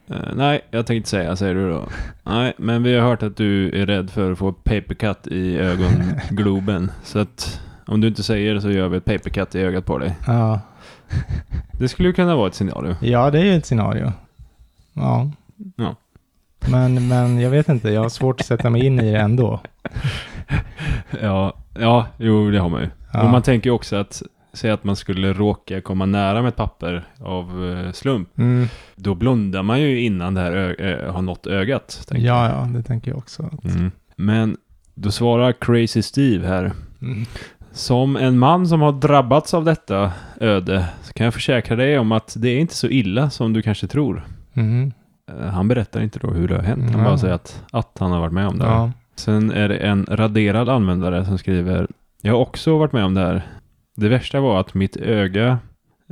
[SPEAKER 2] Eh, nej, jag tänkte säga, säger du då. nej, men vi har hört att du är rädd för att få papercut i ögongloben. så att om du inte säger det så gör vi ett papercut i ögat på dig.
[SPEAKER 1] ja.
[SPEAKER 2] Det skulle ju kunna vara ett scenario.
[SPEAKER 1] ja, det är ju ett scenario. Ja.
[SPEAKER 2] Ja.
[SPEAKER 1] Men, men jag vet inte, jag har svårt att sätta mig in i det ändå.
[SPEAKER 2] Ja, ja jo, det har man ju.
[SPEAKER 1] Ja.
[SPEAKER 2] Och man tänker ju också att, säg att man skulle råka komma nära med ett papper av eh, slump.
[SPEAKER 1] Mm.
[SPEAKER 2] Då blundar man ju innan det här ö- ö- har nått ögat. tänker jag.
[SPEAKER 1] Ja, ja, det tänker jag också.
[SPEAKER 2] Mm. Men då svarar Crazy Steve här.
[SPEAKER 1] Mm.
[SPEAKER 2] Som en man som har drabbats av detta öde så kan jag försäkra dig om att det är inte så illa som du kanske tror.
[SPEAKER 1] Mm.
[SPEAKER 2] Eh, Han berättar inte då hur det har hänt. Han
[SPEAKER 1] Ja.
[SPEAKER 2] bara säger att, att han har varit med om det. här.
[SPEAKER 1] Ja.
[SPEAKER 2] Sen är det en raderad användare som skriver Jag har också varit med om det här. Det värsta var att mitt öga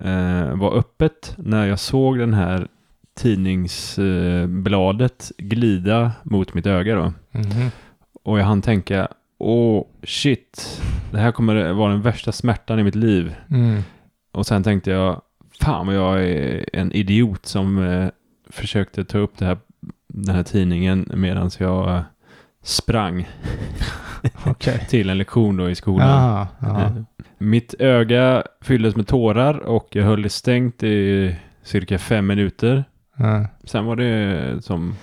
[SPEAKER 2] eh, var öppet när jag såg den här tidningsbladet eh, bladet glida mot mitt öga då.
[SPEAKER 1] Mhm.
[SPEAKER 2] Och jag hann tänka, åh shit, det här kommer vara den värsta smärtan i mitt liv.
[SPEAKER 1] Mm.
[SPEAKER 2] Och sen tänkte jag, fan vad jag är en idiot som eh, försökte ta upp det här, den här tidningen medan jag eh, sprang
[SPEAKER 1] Okej.
[SPEAKER 2] till en lektion då i skolan.
[SPEAKER 1] Jaha, ja.
[SPEAKER 2] Eh, Mitt öga fylldes med tårar och jag höll det stängt i cirka fem minuter.
[SPEAKER 1] Ja.
[SPEAKER 2] Sen var det som,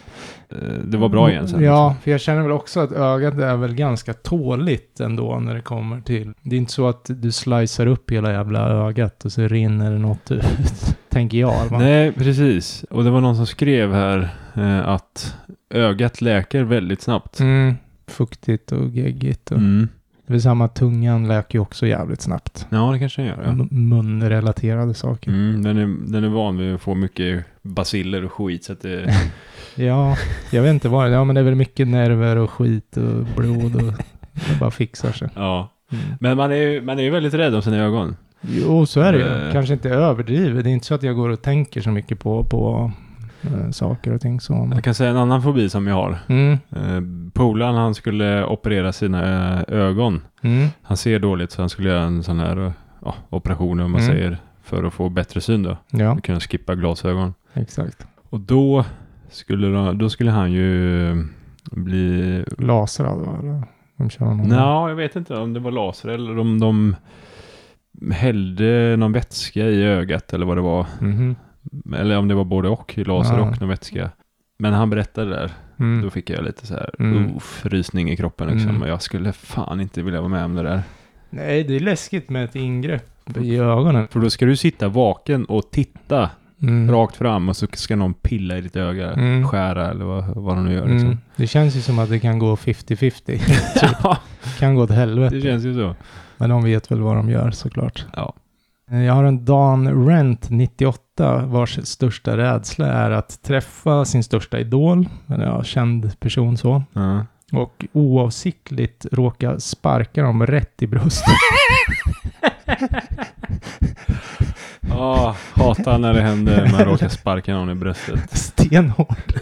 [SPEAKER 2] eh, det var bra igen sen.
[SPEAKER 1] Mm, Ja, för jag känner väl också att ögat är väl ganska tåligt ändå när det kommer till. Det är inte så att du slicear upp hela jävla ögat och så rinner det något
[SPEAKER 2] liksom.
[SPEAKER 1] ut. tänker jag. va?
[SPEAKER 2] Nej, precis. Och det var någon som skrev här eh, att ögat läker väldigt snabbt.
[SPEAKER 1] Mm. Fuktigt och geggigt. Och.
[SPEAKER 2] Mm.
[SPEAKER 1] Det är väl samma, tungan läker ju också jävligt snabbt.
[SPEAKER 2] Ja, det kanske den gör. Ja.
[SPEAKER 1] M- Munrelaterade saker.
[SPEAKER 2] Mm, den, är, den är van vid att få mycket basiller och skit. Så att det,
[SPEAKER 1] Ja, jag vet inte vad det är. Ja, men det är väl mycket nerver och skit och blod och det bara fixar sig.
[SPEAKER 2] ja.
[SPEAKER 1] Mm.
[SPEAKER 2] Men man är, ju, man är ju väldigt rädd om sina ögon.
[SPEAKER 1] Jo, så är det ju.
[SPEAKER 2] Eh.
[SPEAKER 1] Kanske inte överdrivet. Det är inte så att jag går och tänker så mycket på, på eh, saker och ting. Så.
[SPEAKER 2] Jag kan säga en annan fobi som jag har.
[SPEAKER 1] Mm,
[SPEAKER 2] Eh, Polaren han skulle operera sina eh, ögon.
[SPEAKER 1] mm,
[SPEAKER 2] Han ser dåligt så han skulle göra en sån här eh, ja, operation om man
[SPEAKER 1] Mm.
[SPEAKER 2] säger För att få bättre syn då.
[SPEAKER 1] Ja,
[SPEAKER 2] Och kunna skippa glasögon.
[SPEAKER 1] exakt.
[SPEAKER 2] Och då skulle, de, då skulle han ju bli...
[SPEAKER 1] Mm. Laser hade det, eller? De kör någon.
[SPEAKER 2] Nå, jag vet inte om det var laser eller om de hällde någon vätska i ögat eller vad det var.
[SPEAKER 1] Mhm.
[SPEAKER 2] Eller om det var både och, laser
[SPEAKER 1] Ja.
[SPEAKER 2] och någon vätska. Men han berättade det där,
[SPEAKER 1] Mm.
[SPEAKER 2] då fick jag lite så här,
[SPEAKER 1] Mm.
[SPEAKER 2] uff, rysning i kroppen liksom.
[SPEAKER 1] Mm.
[SPEAKER 2] Och jag skulle fan inte vilja vara med om det där.
[SPEAKER 1] Nej, det är läskigt med ett ingrepp i ögonen.
[SPEAKER 2] För då ska du sitta vaken och titta
[SPEAKER 1] Mm.
[SPEAKER 2] rakt fram och så ska någon pilla i ditt öga,
[SPEAKER 1] Mm.
[SPEAKER 2] skära eller vad, vad de nu gör liksom.
[SPEAKER 1] Mm. Det känns ju som att det kan gå 50-50.
[SPEAKER 2] Ja,
[SPEAKER 1] kan gå åt helvete.
[SPEAKER 2] det känns ju så.
[SPEAKER 1] Men de vet väl vad de gör såklart. Eh,
[SPEAKER 2] Ja.
[SPEAKER 1] Jag har en Dan Rent 98 vars största rädsla är att träffa sin största idol, eller ja, känd person så,
[SPEAKER 2] Ja.
[SPEAKER 1] och oavsiktligt råka sparka dem rätt i bröstet.
[SPEAKER 2] Ah, hatar när det händer man råkar sparka någon i bröstet.
[SPEAKER 1] Stenhårt.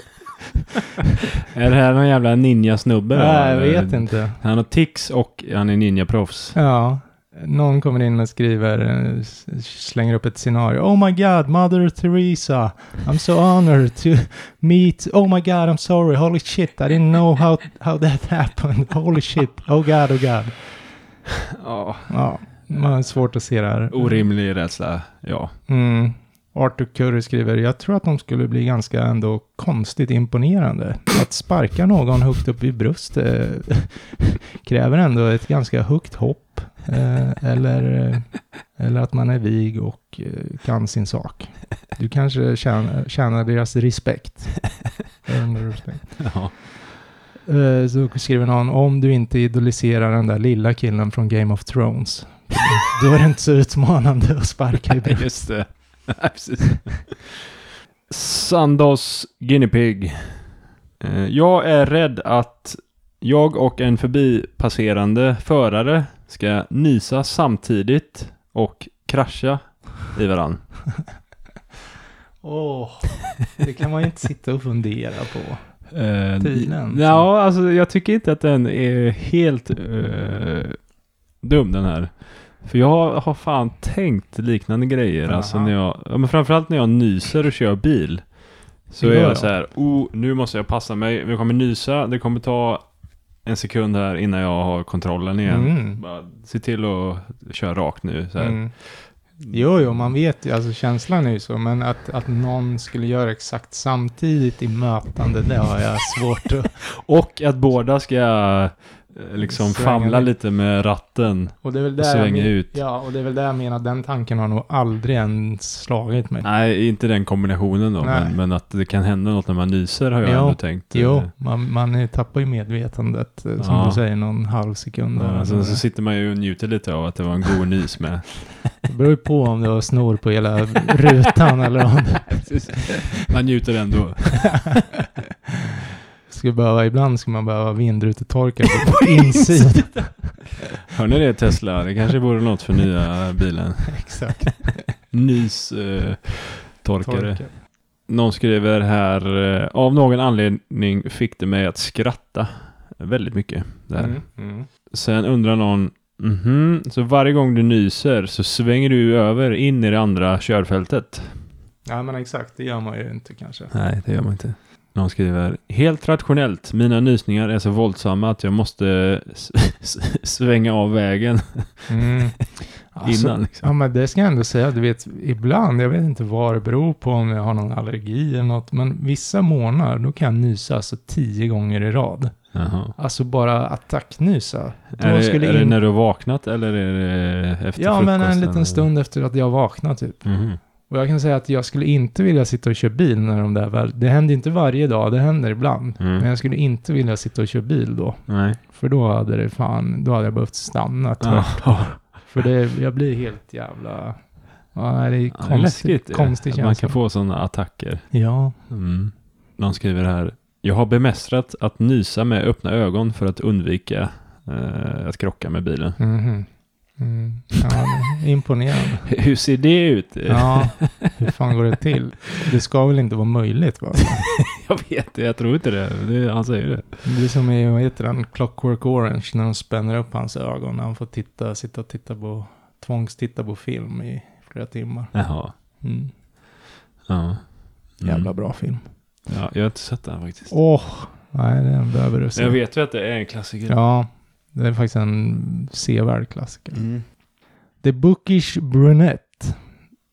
[SPEAKER 2] Är det här någon jävla ninja-snubbe? då,
[SPEAKER 1] Nej, jag
[SPEAKER 2] eller?
[SPEAKER 1] vet inte.
[SPEAKER 2] Han har tics och han är ninja-proffs.
[SPEAKER 1] Ja, någon kommer in och skriver, eh, s- slänger upp ett scenario. Oh my god, Mother Teresa. I'm so honored to meet. Oh my god, I'm sorry. Holy shit, I didn't know how, how that happened. Holy shit, oh god, oh god.
[SPEAKER 2] Ja,
[SPEAKER 1] Ja, man har svårt att se det här.
[SPEAKER 2] orimlig rädsla. Ja.
[SPEAKER 1] Mm. Arthur Curry skriver, jag tror att de skulle bli ganska ändå konstigt imponerande. Att sparka någon högt upp i bröst eh, kräver ändå ett ganska högt hopp. Eh, eller, eh, eller att man är vig och eh, kan sin sak. Du kanske tjänar, tjänar deras respekt. Earn their respect.
[SPEAKER 2] ja.
[SPEAKER 1] Eh, Så skriver någon, om du inte idoliserar den där lilla killen från Game of Thrones. Då är det inte så utmanande att sparka i bröstet.
[SPEAKER 2] Just det. Nej, precis. Sandos Guinea Pig. Eh, Jag är rädd att jag och en förbipasserande förare ska nysa samtidigt och krascha i varann.
[SPEAKER 1] Åh, det kan man ju inte sitta och fundera på.
[SPEAKER 2] Eh,
[SPEAKER 1] Tydligen.
[SPEAKER 2] Ja, alltså jag tycker inte att den är helt eh, dum den här. För jag har fan tänkt liknande grejer. Alltså
[SPEAKER 1] Aha.
[SPEAKER 2] när jag, ja, men framförallt när jag nyser och kör bil. Så
[SPEAKER 1] Ja,
[SPEAKER 2] är
[SPEAKER 1] ja.
[SPEAKER 2] jag så här, oh, nu måste jag passa mig. Jag kommer nysa, det kommer ta en sekund här innan jag har kontrollen igen.
[SPEAKER 1] Mm.
[SPEAKER 2] Bara, se till att köra rakt nu. Så här.
[SPEAKER 1] Mm. Jo, jo, man vet ju, alltså känslan är ju så, men att, att någon skulle göra exakt samtidigt i mötande, det har jag svårt att...
[SPEAKER 2] Och att båda ska eh, liksom
[SPEAKER 1] Svänga
[SPEAKER 2] famla
[SPEAKER 1] lite.
[SPEAKER 2] lite med ratten.
[SPEAKER 1] Och det är väl
[SPEAKER 2] Och
[SPEAKER 1] där jag
[SPEAKER 2] svänga
[SPEAKER 1] men-
[SPEAKER 2] ut.
[SPEAKER 1] Ja, och det är väl där jag menar, den tanken har nog aldrig ens slagit mig.
[SPEAKER 2] Nej, inte den kombinationen då.
[SPEAKER 1] Nej.
[SPEAKER 2] Men, men att det kan hända något när man nyser har jag
[SPEAKER 1] Jo.
[SPEAKER 2] ändå tänkt.
[SPEAKER 1] Jo,
[SPEAKER 2] Eh,
[SPEAKER 1] man, man eh, tappar ju medvetandet, eh, som
[SPEAKER 2] Ja.
[SPEAKER 1] du säger, någon halv sekund.
[SPEAKER 2] Ja,
[SPEAKER 1] eller
[SPEAKER 2] sen så
[SPEAKER 1] något.
[SPEAKER 2] sitter man ju och njuter lite av att det var en god nys med.
[SPEAKER 1] Det beror ju på om du har snor på hela rutan eller om
[SPEAKER 2] Man njuter ändå.
[SPEAKER 1] Skulle behöva, ibland skulle man behöva vindrutetorkare på, på insidan.
[SPEAKER 2] Hör ni det Tesla? Det kanske vore något för nya bilen.
[SPEAKER 1] Exakt.
[SPEAKER 2] Nystorkare. Eh, torkare.
[SPEAKER 1] Torkare.
[SPEAKER 2] Någon skriver här, eh, av någon anledning fick det mig att skratta väldigt mycket. Där.
[SPEAKER 1] Mm. Mm.
[SPEAKER 2] Sen undrar någon, mhm, så varje gång du nyser så svänger du över in i det andra körfältet?
[SPEAKER 1] Ja men exakt, det gör man ju inte kanske.
[SPEAKER 2] Nej, det gör man inte. Någon skriver Helt rationellt, mina nysningar är så våldsamma att jag måste s- s- svänga av vägen innan. Liksom.
[SPEAKER 1] Mm. Alltså, Ja men det ska jag ändå säga, du vet ibland, jag vet inte vad det beror på om jag har någon allergi eller något, men vissa månader då kan jag nysa alltså tio gånger i rad.
[SPEAKER 2] Jaha.
[SPEAKER 1] Alltså bara attacknysa. Då
[SPEAKER 2] Är, det,
[SPEAKER 1] skulle
[SPEAKER 2] är det
[SPEAKER 1] in-
[SPEAKER 2] när du har vaknat eller är det efter
[SPEAKER 1] Ja men en
[SPEAKER 2] frukosten, eller?
[SPEAKER 1] liten stund efter att jag vaknat typ.
[SPEAKER 2] Mhm.
[SPEAKER 1] Och jag kan säga att jag skulle inte vilja sitta och köra bil när de där väl, det händer inte varje dag, det händer ibland.
[SPEAKER 2] Mm.
[SPEAKER 1] Men jag skulle inte vilja sitta och köra bil då.
[SPEAKER 2] Nej.
[SPEAKER 1] För då hade det fan, då hade jag behövt stanna. tror
[SPEAKER 2] Ja.
[SPEAKER 1] jag. För det, jag blir helt jävla... Ja, nej, det är
[SPEAKER 2] Ja, det är läskigt
[SPEAKER 1] konstigt,
[SPEAKER 2] det,
[SPEAKER 1] konstig
[SPEAKER 2] att man
[SPEAKER 1] känsla.
[SPEAKER 2] kan få sådana attacker.
[SPEAKER 1] Ja.
[SPEAKER 2] Mm. Någon skriver här Jag har bemästrat att nysa med öppna ögon för att undvika eh, att krocka med bilen.
[SPEAKER 1] Mhm. Mm. ja det är imponerande.
[SPEAKER 2] Hur ser det ut?
[SPEAKER 1] Ja, hur fan går det till? Det ska väl inte vara möjligt va?
[SPEAKER 2] Jag vet det, jag tror inte det. det han säger det.
[SPEAKER 1] Det är som i, vad heter den, Clockwork Orange, när de spänner upp hans ögon när han får titta, sitta och titta på, tvångstitta på film i flera timmar.
[SPEAKER 2] Jaha.
[SPEAKER 1] Mm.
[SPEAKER 2] Ja. Mm.
[SPEAKER 1] Jävla bra film.
[SPEAKER 2] Ja, jag har inte sett den faktiskt.
[SPEAKER 1] Åh, nej den behöver du se.
[SPEAKER 2] Jag vet ju att det är en klassiker.
[SPEAKER 1] Ja, det är faktiskt en sevärd klassiker.
[SPEAKER 2] Mm.
[SPEAKER 1] The Bookish Brunette.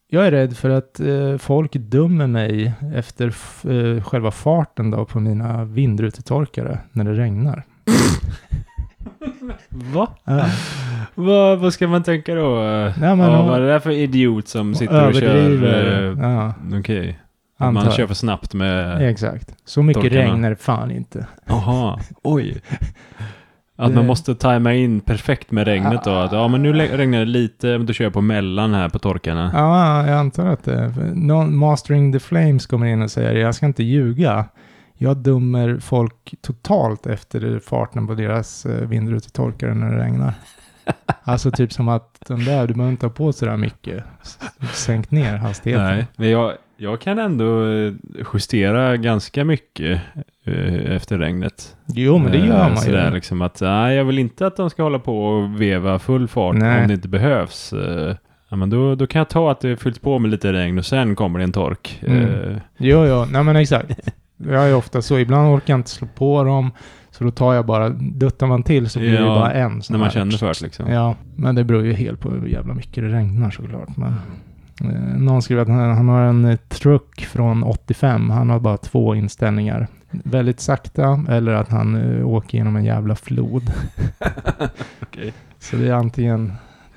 [SPEAKER 1] Jag är rädd för att eh, folk dömer mig efter f- eh, själva farten då på mina vindrutetorkare när det regnar.
[SPEAKER 2] Va?
[SPEAKER 1] Eh,
[SPEAKER 2] Vad vad ska man tänka då? Nej,
[SPEAKER 1] men
[SPEAKER 2] ja,
[SPEAKER 1] om-
[SPEAKER 2] vad är det där för idiot som sitter och kör? eh,
[SPEAKER 1] Ja,
[SPEAKER 2] Okej. Att
[SPEAKER 1] antar
[SPEAKER 2] Man
[SPEAKER 1] jag.
[SPEAKER 2] kör för snabbt med...
[SPEAKER 1] Exakt. Så mycket
[SPEAKER 2] torkarna.
[SPEAKER 1] regn är det fan inte.
[SPEAKER 2] Jaha. Oj. Att man
[SPEAKER 1] Det-
[SPEAKER 2] måste tajma in perfekt med regnet då. Att, ja, men nu le- regnar det lite, men då kör jag på mellan här på torkarna.
[SPEAKER 1] Ja, jag antar att det är. Någon Mastering the Flames kommer in och säger jag ska inte ljuga. Jag dömer folk totalt efter farten på deras eh, vindrutetorkare när det regnar. Alltså typ som att den där, du behöver inte ha på sådär mycket. S- Sänk ner hastigheten.
[SPEAKER 2] Nej, men jag, jag kan ändå eh, justera ganska mycket eh, efter regnet.
[SPEAKER 1] Jo, men det
[SPEAKER 2] Eh,
[SPEAKER 1] gör man
[SPEAKER 2] sådär
[SPEAKER 1] ju.
[SPEAKER 2] liksom att, nej, jag vill inte att de ska hålla på och veva full fart
[SPEAKER 1] Nej.
[SPEAKER 2] om det inte behövs. Eh, Ja, men då, då kan jag ta att det fylls på med lite regn och sen kommer det en tork.
[SPEAKER 1] Mm.
[SPEAKER 2] Eh,
[SPEAKER 1] Jo, jo, nej men exakt. Jag är ofta så, ibland orkar jag inte slå på dem. Så då tar jag bara, duttar man till så blir det
[SPEAKER 2] Ja,
[SPEAKER 1] bara en. sån
[SPEAKER 2] när man
[SPEAKER 1] här.
[SPEAKER 2] känner för det liksom.
[SPEAKER 1] Ja, men det beror ju helt på hur jävla mycket det regnar såklart. Men, eh, någon skrev att han, han har en eh, truck från 85. Han har bara två inställningar. Väldigt sakta eller att han eh, åker genom en jävla flod.
[SPEAKER 2] Okej.
[SPEAKER 1] Så det är antingen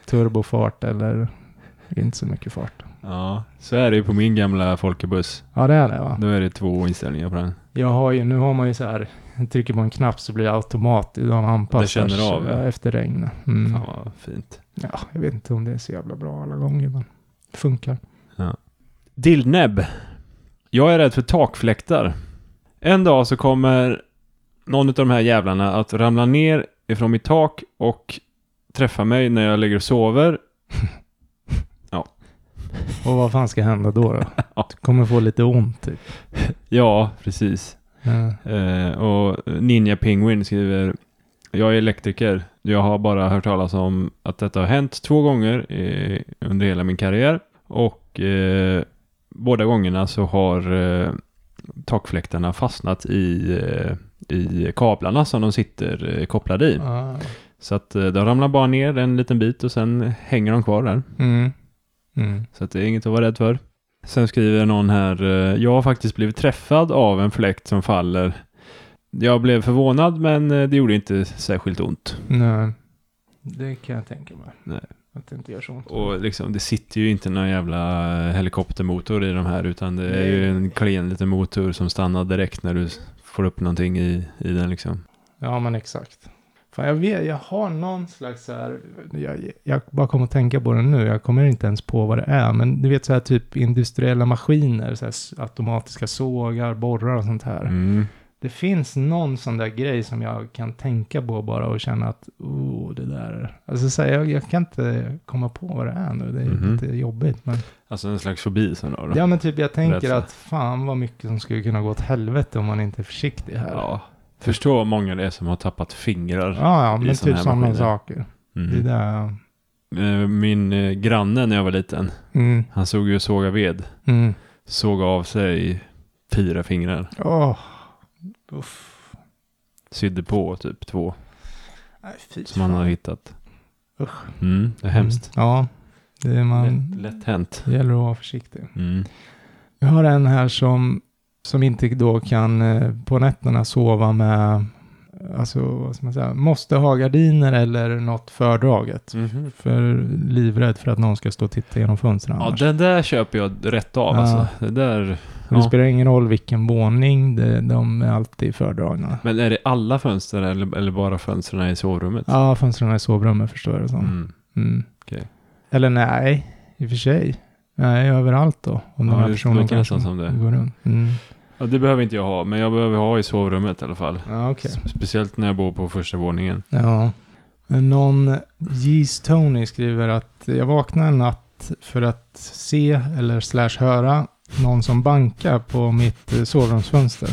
[SPEAKER 1] turbofart eller inte så mycket fart.
[SPEAKER 2] Ja, så är det ju på min gamla folkebuss.
[SPEAKER 1] Ja, det är det va?
[SPEAKER 2] Då är det två inställningar på den.
[SPEAKER 1] Jag har ju, nu har man ju så här, trycker på en knapp så blir det automat, de anpassar
[SPEAKER 2] känner
[SPEAKER 1] sig,
[SPEAKER 2] av, ja.
[SPEAKER 1] ja, efter regn. Mm.
[SPEAKER 2] Fan vad fint.
[SPEAKER 1] Ja, jag vet inte om det är så jävla bra alla gånger, men det funkar.
[SPEAKER 2] Dillnäbb. Jag är rädd för takfläktar. En dag så kommer någon av de här jävlarna att ramla ner ifrån mitt tak och träffa mig när jag ligger och sover.
[SPEAKER 1] Och vad fan ska hända då? då?
[SPEAKER 2] Ja.
[SPEAKER 1] Du kommer få lite ont typ.
[SPEAKER 2] Ja, precis.
[SPEAKER 1] Ja.
[SPEAKER 2] Eh, och Ninja Penguin skriver Jag är elektriker. Jag har bara hört talas om att detta har hänt två gånger eh, under hela min karriär. Och eh, båda gångerna så har eh, takfläktarna fastnat i, eh, i kablarna som de sitter eh, kopplade i.
[SPEAKER 1] Ah.
[SPEAKER 2] Så att eh, de ramlar bara ner en liten bit och sen hänger de kvar där.
[SPEAKER 1] Mm. Mm.
[SPEAKER 2] Så att det är inget att vara rädd för. Sen skriver någon här, eh, jag har faktiskt blivit träffad av en fläkt som faller. Jag blev förvånad men eh, det gjorde inte särskilt ont.
[SPEAKER 1] Nej. Det kan jag tänka mig.
[SPEAKER 2] Nej.
[SPEAKER 1] Att det inte gör så ont.
[SPEAKER 2] Och liksom, det sitter ju inte någon jävla eh, helikoptermotor i de här utan det är ju en klen liten motor som stannar direkt när du s- får upp någonting i, i den liksom.
[SPEAKER 1] Ja, men exakt. Fan, jag vet, jag har någon slags så här, jag, jag bara kommer att tänka på den nu, jag kommer inte ens på vad det är, men du vet så här typ industriella maskiner, så här s- automatiska sågar, borrar och sånt här.
[SPEAKER 2] Mm.
[SPEAKER 1] Det finns någon sån där grej som jag kan tänka på bara och känna att, oh, det där. Alltså så här, jag, jag kan inte komma på vad det är nu, det är
[SPEAKER 2] Mhm.
[SPEAKER 1] lite jobbigt. Men,
[SPEAKER 2] Alltså en slags fobi som du har då.
[SPEAKER 1] ja men typ jag tänker
[SPEAKER 2] Rädsla.
[SPEAKER 1] att fan vad mycket som skulle kunna gå åt helvete om man inte är försiktig här. Ja,
[SPEAKER 2] Ja. Förstå vad många det är som har tappat fingrar.
[SPEAKER 1] ja men
[SPEAKER 2] I såna
[SPEAKER 1] typ
[SPEAKER 2] här
[SPEAKER 1] sådana
[SPEAKER 2] maskiner.
[SPEAKER 1] saker. Det är
[SPEAKER 2] Mm.
[SPEAKER 1] där jag-
[SPEAKER 2] Eh, Min eh, granne när jag var liten,
[SPEAKER 1] Mm,
[SPEAKER 2] han såg ju såga ved.
[SPEAKER 1] mm.
[SPEAKER 2] såg av sig fyra fingrar.
[SPEAKER 1] Åh. Uff.
[SPEAKER 2] Sydde på typ två
[SPEAKER 1] Nej, fy
[SPEAKER 2] som han
[SPEAKER 1] fan.
[SPEAKER 2] har hittat.
[SPEAKER 1] Usch.
[SPEAKER 2] Mm, det är hemskt.
[SPEAKER 1] Mm. Ja, det är man...
[SPEAKER 2] Lätt, lätt hänt.
[SPEAKER 1] Det gäller att vara försiktig.
[SPEAKER 2] Mm.
[SPEAKER 1] Jag har en här som, som inte då kan eh, på nätterna sova med, alltså vad ska man säga, måste ha gardiner eller något fördraget. För livrädd för att någon ska stå och titta genom fönstren
[SPEAKER 2] Ja,
[SPEAKER 1] annars.
[SPEAKER 2] den där köper jag rätt av
[SPEAKER 1] Ja.
[SPEAKER 2] alltså. Det där.
[SPEAKER 1] Det
[SPEAKER 2] ja.
[SPEAKER 1] spelar ingen roll vilken våning, det, de är alltid fördragna.
[SPEAKER 2] Men är det alla fönster eller, eller bara fönstren i sovrummet?
[SPEAKER 1] Ja, fönstren i sovrummet förstår jag det som.
[SPEAKER 2] Mm.
[SPEAKER 1] Mm.
[SPEAKER 2] Okej.
[SPEAKER 1] Eller nej, i och för sig. Nej, överallt då. Om
[SPEAKER 2] Ja,
[SPEAKER 1] den här
[SPEAKER 2] det
[SPEAKER 1] personen
[SPEAKER 2] låter
[SPEAKER 1] kanske
[SPEAKER 2] nästan som det.
[SPEAKER 1] går runt. Mm.
[SPEAKER 2] Ja, det behöver inte jag ha, men jag behöver ha i sovrummet i alla fall.
[SPEAKER 1] Ja, okej.
[SPEAKER 2] S- Speciellt när jag bor på första våningen.
[SPEAKER 1] Ja. Men Någon Jeez Tony skriver att jag vaknar en natt för att se eller slash höra någon som bankar på mitt eh, sovrumsfönster.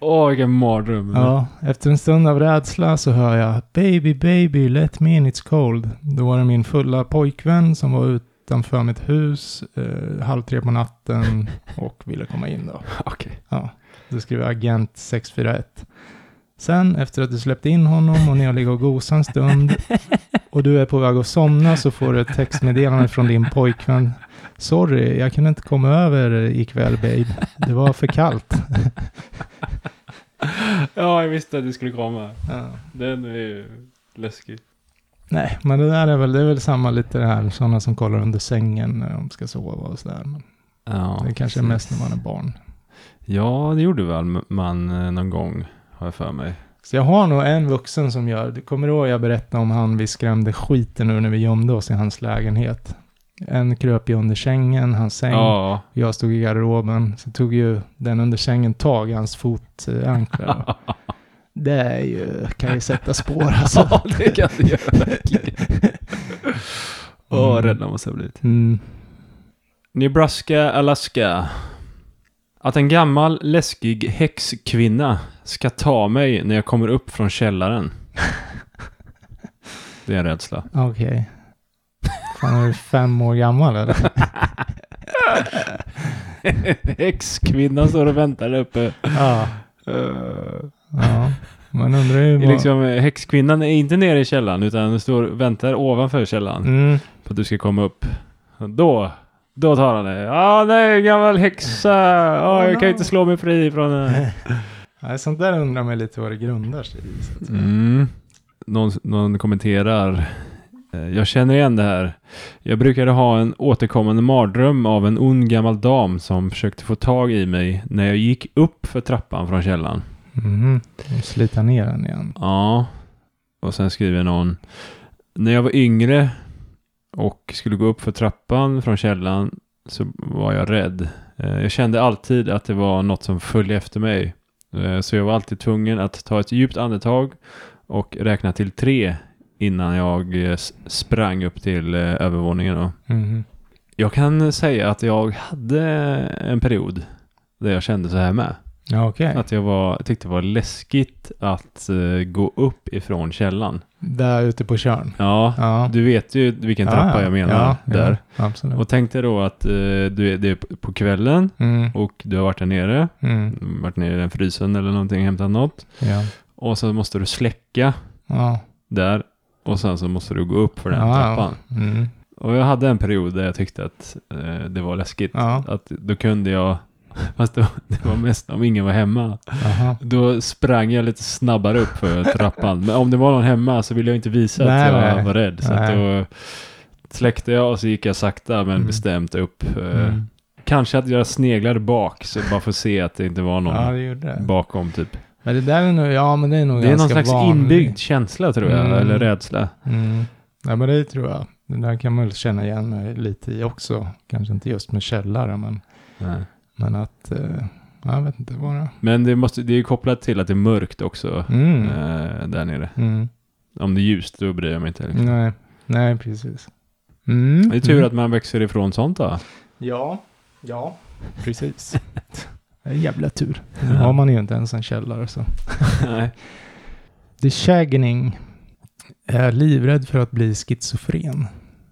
[SPEAKER 2] Åh, vilken mardröm.
[SPEAKER 1] Ja, efter en stund av rädsla så hör jag Baby, baby, let me in, it's cold. Då var det min fulla pojkvän som var ut utanför mitt hus eh, halv tre på natten och ville komma in då.
[SPEAKER 2] Okej.
[SPEAKER 1] Ja, då skrev jag agent 641. Sen efter att du släppte in honom och ni har legat och gosat en stund och du är på väg att somna så får du ett textmeddelande från din pojkvän. Sorry, jag kunde inte komma över ikväll babe. Det var för kallt.
[SPEAKER 2] Ja, jag visste att du skulle komma.
[SPEAKER 1] Ja.
[SPEAKER 2] Den är ju läskig.
[SPEAKER 1] Nej, men det där är väl, det är väl samma lite det här, sådana som kollar under sängen när de ska sova och sådär. Men
[SPEAKER 2] Ja,
[SPEAKER 1] det kanske är
[SPEAKER 2] precis.
[SPEAKER 1] mest när man är barn.
[SPEAKER 2] Ja, det gjorde väl man eh, någon gång, har jag för mig.
[SPEAKER 1] Så jag har nog en vuxen som gör det. Kommer du ihåg jag berättade om han vi skrämde skiten nu när vi gömde oss i hans lägenhet? En kröp ju under sängen, hans säng.
[SPEAKER 2] Ja,
[SPEAKER 1] Jag stod i garderoben. Så tog ju den under sängen tag i hans fotanklar. då. det är ju, kan ju sätta spår alltså.
[SPEAKER 2] ja det kan du göra verkligen. Åh,
[SPEAKER 1] Mm.
[SPEAKER 2] rädd man måste ha blivit.
[SPEAKER 1] Mm.
[SPEAKER 2] Nebraska, Alaska. Att en gammal läskig häxkvinna ska ta mig när jag kommer upp från källaren. Det är en rädsla.
[SPEAKER 1] Okej. Fan, är du fem år gammal eller?
[SPEAKER 2] Häxkvinnan står och väntar där uppe.
[SPEAKER 1] ja.
[SPEAKER 2] Uh,
[SPEAKER 1] Eh, ja. Man undrar ju vad...
[SPEAKER 2] liksom, eh, häxkvinnan är inte nere i källaren utan står och väntar ovanför källaren
[SPEAKER 1] Mm.
[SPEAKER 2] på att du ska komma upp. Och Då, då tar han dig. Ah nej, gammal häxa. Ah, jag kan inte slå mig fri från den. här."
[SPEAKER 1] Nej, sånt där undrar man lite vad det grundar sig i. så att säga.
[SPEAKER 2] Mm. Någon, någon kommenterar. eh, Jag känner igen det här. Jag brukade ha en återkommande mardröm av en ond gammal dam som försökte få tag i mig när jag gick upp för trappan från källan.
[SPEAKER 1] Mhm. Och Slita ner den igen.
[SPEAKER 2] Ja. Och sen skriver någon. När jag var yngre och skulle gå upp för trappan från källan så var jag rädd. Eh, Jag kände alltid att det var något som följde efter mig. Eh, Så jag var alltid tvungen att ta ett djupt andetag och räkna till tre innan jag eh, s- sprang upp till eh, övervåningen. Då.
[SPEAKER 1] Mhm.
[SPEAKER 2] Jag kan säga att jag hade en period där jag kände så här med.
[SPEAKER 1] Ja, okej.
[SPEAKER 2] Att jag var, tyckte det var läskigt att eh, gå upp ifrån källan.
[SPEAKER 1] Där ute på körn.
[SPEAKER 2] Ja,
[SPEAKER 1] Ja.
[SPEAKER 2] du vet ju vilken
[SPEAKER 1] Ja,
[SPEAKER 2] trappa
[SPEAKER 1] ja.
[SPEAKER 2] jag menar
[SPEAKER 1] ja,
[SPEAKER 2] där.
[SPEAKER 1] Ja, absolut.
[SPEAKER 2] Och tänk dig då att eh, du är, det är på kvällen
[SPEAKER 1] Mm.
[SPEAKER 2] och du har varit där nere,
[SPEAKER 1] Mm.
[SPEAKER 2] varit nere i den frysen eller någonting, hämtat något.
[SPEAKER 1] Ja.
[SPEAKER 2] Och så måste du släcka
[SPEAKER 1] Ja.
[SPEAKER 2] där och sen så måste du gå upp för den
[SPEAKER 1] Ja, ja.
[SPEAKER 2] trappan.
[SPEAKER 1] Mm.
[SPEAKER 2] Och jag hade en period där jag tyckte att eh, det var läskigt.
[SPEAKER 1] Ja.
[SPEAKER 2] Att då kunde jag, fast det var, det var mest om ingen var hemma,
[SPEAKER 1] Aha.
[SPEAKER 2] då sprang jag lite snabbare upp för trappan. Men om det var någon hemma så ville jag inte visa
[SPEAKER 1] Nej,
[SPEAKER 2] att jag
[SPEAKER 1] nej.
[SPEAKER 2] var rädd. Så att
[SPEAKER 1] Nej.
[SPEAKER 2] då släckte jag och så gick jag sakta men
[SPEAKER 1] Mm.
[SPEAKER 2] bestämt upp. Eh,
[SPEAKER 1] Mm.
[SPEAKER 2] Kanske att jag sneglade bak så bara för att se att det inte var någon
[SPEAKER 1] Ja, det gjorde det.
[SPEAKER 2] bakom typ.
[SPEAKER 1] Men det där är nog, ja men det är nog
[SPEAKER 2] Det är någon
[SPEAKER 1] ganska
[SPEAKER 2] slags
[SPEAKER 1] vanligt.
[SPEAKER 2] inbyggd känsla tror jag,
[SPEAKER 1] Mm.
[SPEAKER 2] eller rädsla.
[SPEAKER 1] Mm. Ja men det tror jag. Det där kan man väl känna igen mig lite i också. Kanske inte just med källare men,
[SPEAKER 2] Nej.
[SPEAKER 1] men att, eh, jag vet inte bara.
[SPEAKER 2] Men det, måste, det är ju kopplat till att det är mörkt också
[SPEAKER 1] Mm.
[SPEAKER 2] eh, där nere.
[SPEAKER 1] Mm.
[SPEAKER 2] Om det är ljust då bryr jag mig inte. Liksom.
[SPEAKER 1] Nej, nej precis. Mm.
[SPEAKER 2] Det är tur
[SPEAKER 1] Mm.
[SPEAKER 2] att man växer ifrån sånt då.
[SPEAKER 1] Ja, ja, precis. Det är jävla tur. Nu har man ju inte ens en källare så.
[SPEAKER 2] Nej.
[SPEAKER 1] The Shagning. Är livrädd för att bli schizofren.